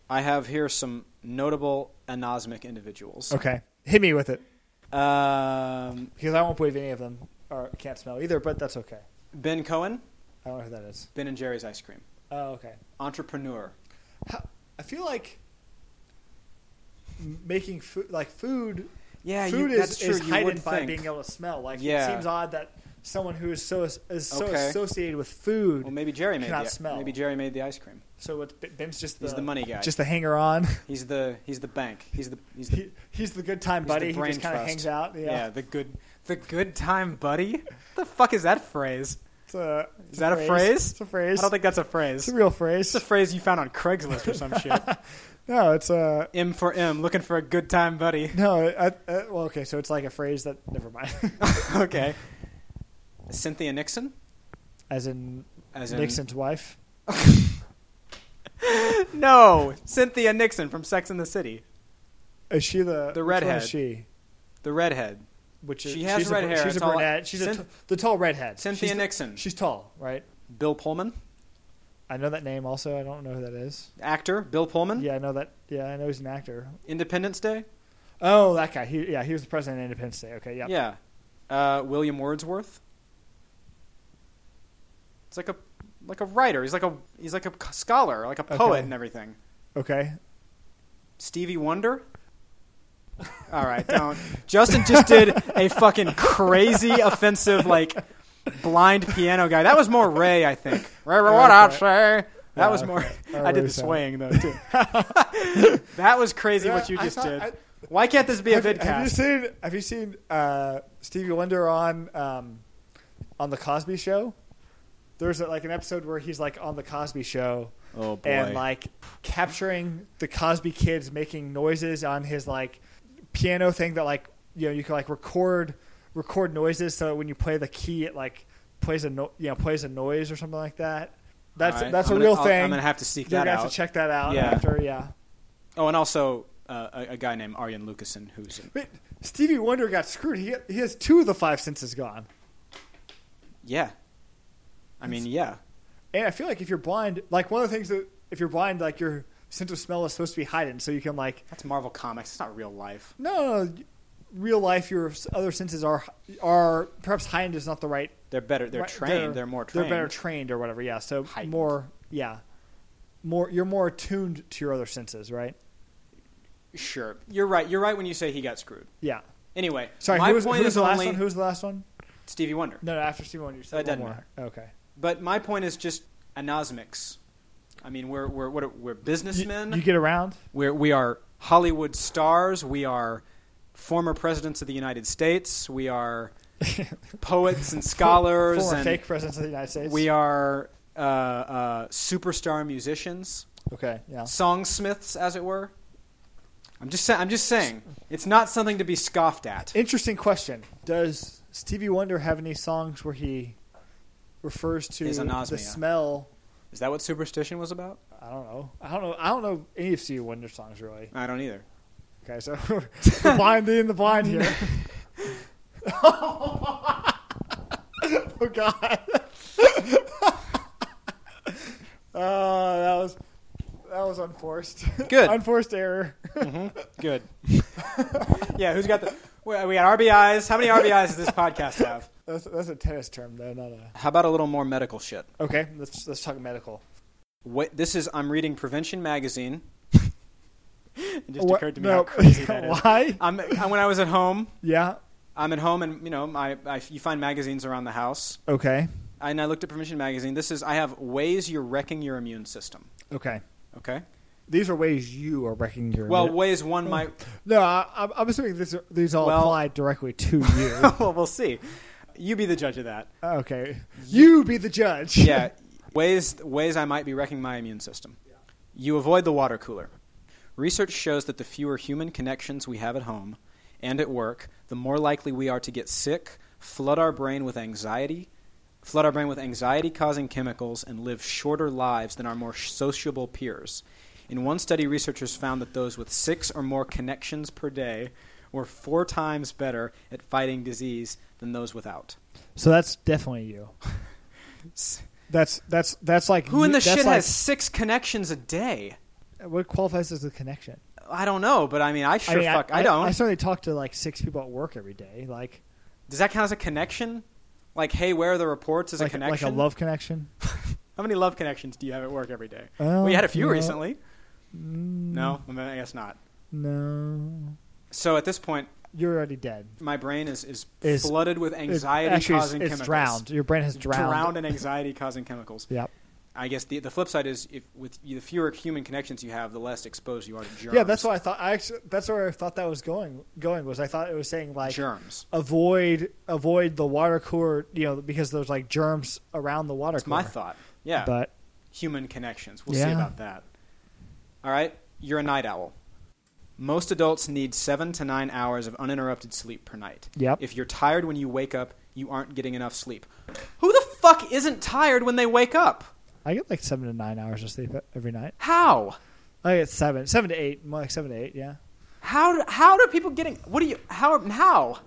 I have here some notable anosmic individuals. Okay. Hit me with it Um, because I won't believe any of them or can't smell either. But that's okay. ben Cohen, I don't know who that is. Ben and Jerry's ice cream. Oh, okay. Entrepreneur. How- I feel like m- making food like food Yeah, food you, is, that's true. is you heightened would by think. being able to smell like Yeah. it seems odd that someone who is so as- is so Okay. associated with food Well, maybe Jerry made cannot the smell. maybe Jerry made the ice cream. so it's, B- Ben's just the, He's the money guy. just the hanger on he's the he's the bank. He's the he's the he, he's the good time he's buddy The brain he just kind of trust. hangs out Yeah. yeah, the good the good time buddy. the fuck is that phrase? It's a, Is that a phrase? it's a phrase I don't think that's a it's phrase. a real phrase It's a phrase you found on Craigslist or some shit. no it's a M for M, looking for a good time buddy. no I, I, well okay so it's like a phrase that never mind okay. Cynthia Nixon, as in as in Nixon's wife No, Cynthia Nixon from Sex and the City, is she the The which one is redhead. she the redhead. which She has she's a, red hair. She's a It's all- brunette. She's a Cyn- t- the tall redhead. Cynthia she's Nixon, The, she's tall, right? Bill Pullman, I know that name. Also, I don't know who that is. actor Bill Pullman. Yeah, I know that. Yeah, I know he's an actor. Independence Day. Oh, that guy. He, yeah, he was the president of Independence Day. Okay, yeah. Yeah. Uh, William Wordsworth. It's like a like a writer. He's like a he's like a c- scholar, like a poet Okay. and everything. Okay. Stevie Wonder. All right, don't. Justin just did a fucking crazy offensive like blind piano guy. That was more Ray, I think. Ray, Ray, what I Okay. say. That Yeah, was more. okay. I I did really the saw it. swaying though too. that was crazy Yeah, what you I just thought- did. I- Why can't this be a have, you- have you vidcast? seen Have you seen uh, Stevie Wonder on um, on the Cosby Show? There's like an episode where he's like on the Cosby Show. Oh and like capturing the Cosby kids making noises on his like piano thing that like you know you can like record record noises so that when you play the key it like plays a no- you know plays a noise or something like that. That's All right, that's I'm a gonna- real I'll- thing. I'm gonna have to seek You're that gonna have out. to check that out Yeah. after. Yeah. Oh, and also uh, a, a guy named Aryan Lucasen, who's But Stevie Wonder got screwed. He he has two of the five senses gone. yeah. I mean, yeah, And I feel like if you're blind, like one of the things that if you're blind, like your sense of smell is supposed to be heightened, so you can like that's Marvel Comics. It's not real life. No, no, no. real life, your s- other senses are are perhaps heightened is not the right. They're better. They're right- trained. They're, more trained. They're better trained or whatever. Yeah. So Heightened. more. Yeah. More. You're more attuned to your other senses, right? sure, you're right. You're right when you say he got screwed. Yeah. Anyway, Sorry. my who was, point who was is the last only one? Who was the last one? Stevie Wonder. No, no. After Steve Wonder, you said one That doesn't more. matter. Okay. But my point is just anosmics. I mean, we're we're what are, we're businessmen. You, you get around. We're, we are Hollywood stars. We are former presidents of the United States. We are poets and scholars. Former and fake presidents of the United States. We are uh, uh, superstar musicians, Okay. Yeah. songsmiths, as it were. I'm just saying. I'm just saying. It's not something to be scoffed at. Interesting question. Does Stevie Wonder have any songs where he refers to His the anosmia. smell? Is that what Superstition was about? I don't know. I don't know. I don't know any of Stevie Wonder songs really. I don't either. Okay, so the blind leading the blind here. oh God! oh, that was that was unforced. Good. unforced error. Good. yeah, who's got the? We we got RBIs. How many RBIs does this podcast have? That's, that's a tennis term, though, not a. How about a little more medical shit? Okay, let's let's talk medical. What this is? I'm reading Prevention Magazine. it just What- occurred to me no. how crazy that is. Why? I'm, I, when I was at home, Yeah. I'm at home, and you know, my, I, you find magazines around the house. Okay. And I looked at Prevention Magazine. This is I have ways you're wrecking your immune system. Okay. Okay. These are ways you are wrecking your. Well, ways one might. no, I, I'm- I'm assuming these are, these all Well- apply directly to you. well, we'll see. You be the judge of that. okay, you be the judge. yeah, ways ways I might be wrecking my immune system. You avoid the water cooler. Research shows that the fewer human connections we have at home and at work, the more likely we are to get sick, flood our brain with anxiety, flood our brain with anxiety-causing chemicals and live shorter lives than our more sociable peers. In one study, researchers found that those with 6 or more connections per day were 4 times better at fighting disease than those without. So that's definitely you. That's that's that's like Who in you- that's the shit like- has six connections a day? what qualifies as a connection? I don't know, but I mean, I sure mean, fuck I, don't. I certainly talk to like six people at work every day. Like Does that count as a connection? Like, hey, where are the reports? Is like a connection? like a love connection. How many love connections do you have at work every day? Well, we had a few you know, mm. recently. No, I, mean, I guess not. No, So at this point, you're already dead. my brain is, is, Is- flooded with It's- anxiety actually, it's- causing it's, chemicals. drowned. Your brain has drowned. Drowned in anxiety causing chemicals. Yep. I guess the the flip side is if with the fewer human connections you have, the less exposed you are to germs. Yeah, that's what I thought. I actually, that's where I thought that was going. Going was I thought it was saying like germs. avoid avoid the water cooler, you know, because there's like germs around the water That's cooler. my thought. Yeah. But human connections. We'll see Yeah. about that. All right, you're a night owl. Most adults need seven to nine hours of uninterrupted sleep per night. Yep. If you're tired when you wake up, you aren't getting enough sleep. Who the fuck isn't tired when they wake up? I get like seven to nine hours of sleep e-, every night. How? I get seven, seven to eight, more like seven to eight. Yeah. How? do- How are people getting? What do you? How? How?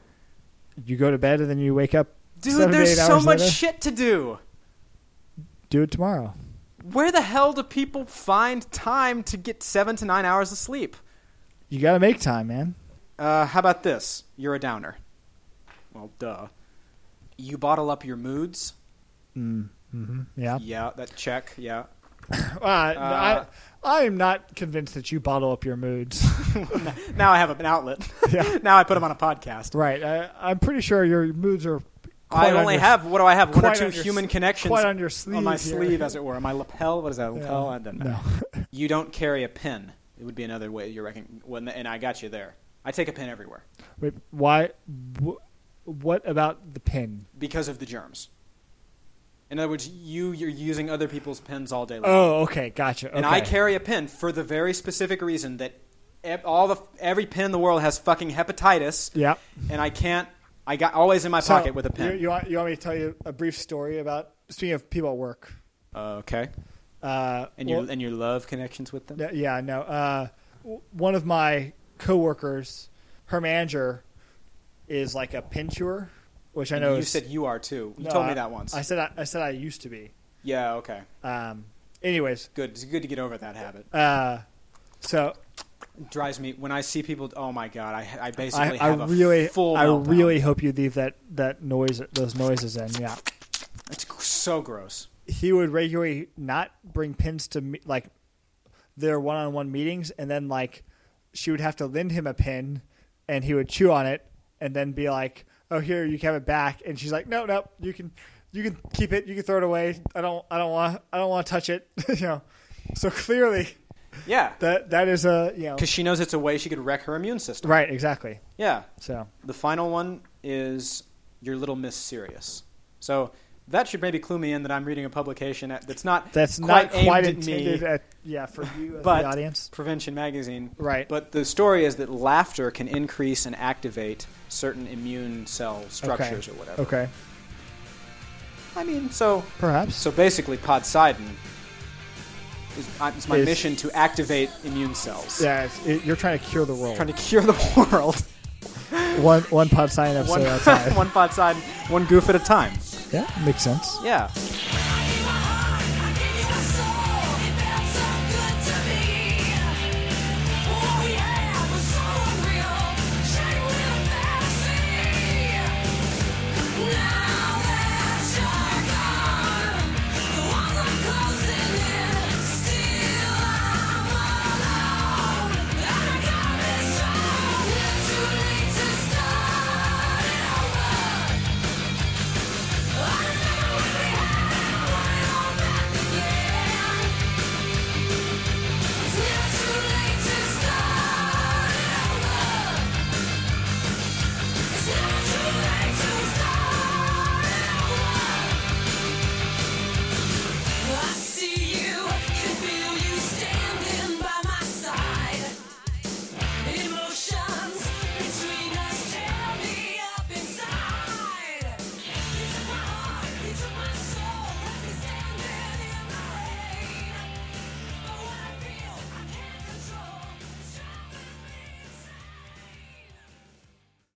You go to bed and then you wake up. Dude, seven to there's eight so hours much later. shit to do. Do it tomorrow. Where the hell do people find time to get seven to nine hours of sleep? You got to make time, man. Uh, how about this? You're a downer. Well, duh. You bottle up your moods. Mm-hmm. Yeah. Yeah, that check. Yeah. Uh, I, I am not convinced that you bottle up your moods. now I have an outlet. Yeah. now I put them on a podcast. right. I, I'm pretty sure your moods are. I quite on only your- have what do I have? One or quite two on your human s- connections quite on your on my sleeve here. sleeve, as it were, on my lapel. What is that? Lapel? Yeah. I don't know. you don't carry a pen. It would be another way you're reckoning. When and I got you there. I take a pen everywhere Wait, why? Wh- what about the pin? because of the germs. In other words, you you're using other people's pens all day long. Oh, okay, gotcha. And I carry a pen for the very specific reason that ev- all the every pen in the world has fucking hepatitis. Yep. And I can't. I got always in my pocket with a pen. You, you, want, you want me to tell you a brief story about speaking of people at work? okay. Uh, And well, your and your love connections with them. no- yeah, no. Uh, w- one of my coworkers, her manager, is like a pin chewer, which I And know you is- said you are too. You No, told I- me that once. I said I, I said I used to be. yeah. Okay. Um, anyways, Good. It's good to get over that habit. uh, so It drives me when I see people. Oh my god. I I I, basically I have a really, full. I meltdown. really hope you leave that that noise, those noises in. Yeah. It's g- so gross. he would regularly not bring pins to me, like their one-on-one meetings, and then like she would have to lend him a pin, and he would chew on it, and then be like, "Oh, here you can have it back," and she's like, "No, no, you can, you can keep it, you can throw it away. I don't, I don't want, I don't want to touch it." you know, so clearly Yeah. that that is a you know Because she knows it's a way she could wreck her immune system. right exactly. Yeah. So The final one is Your Little Miss Serious. So that should maybe clue me in that I'm reading a publication at, that's not that's quite not quite aimed at intended me. at yeah, for you as But- the audience. Prevention magazine. Right. But the story is that laughter can increase and activate certain immune cell structures or whatever. Okay. I mean, so Perhaps. so basically, Podsidon is I- it's my Is- mission to activate immune cells. yeah, it's, it, you're trying to cure the world. Trying to cure the world. one one pod sign episode One, outside. one Podsidon, one goof at a time. yeah, makes sense. Yeah.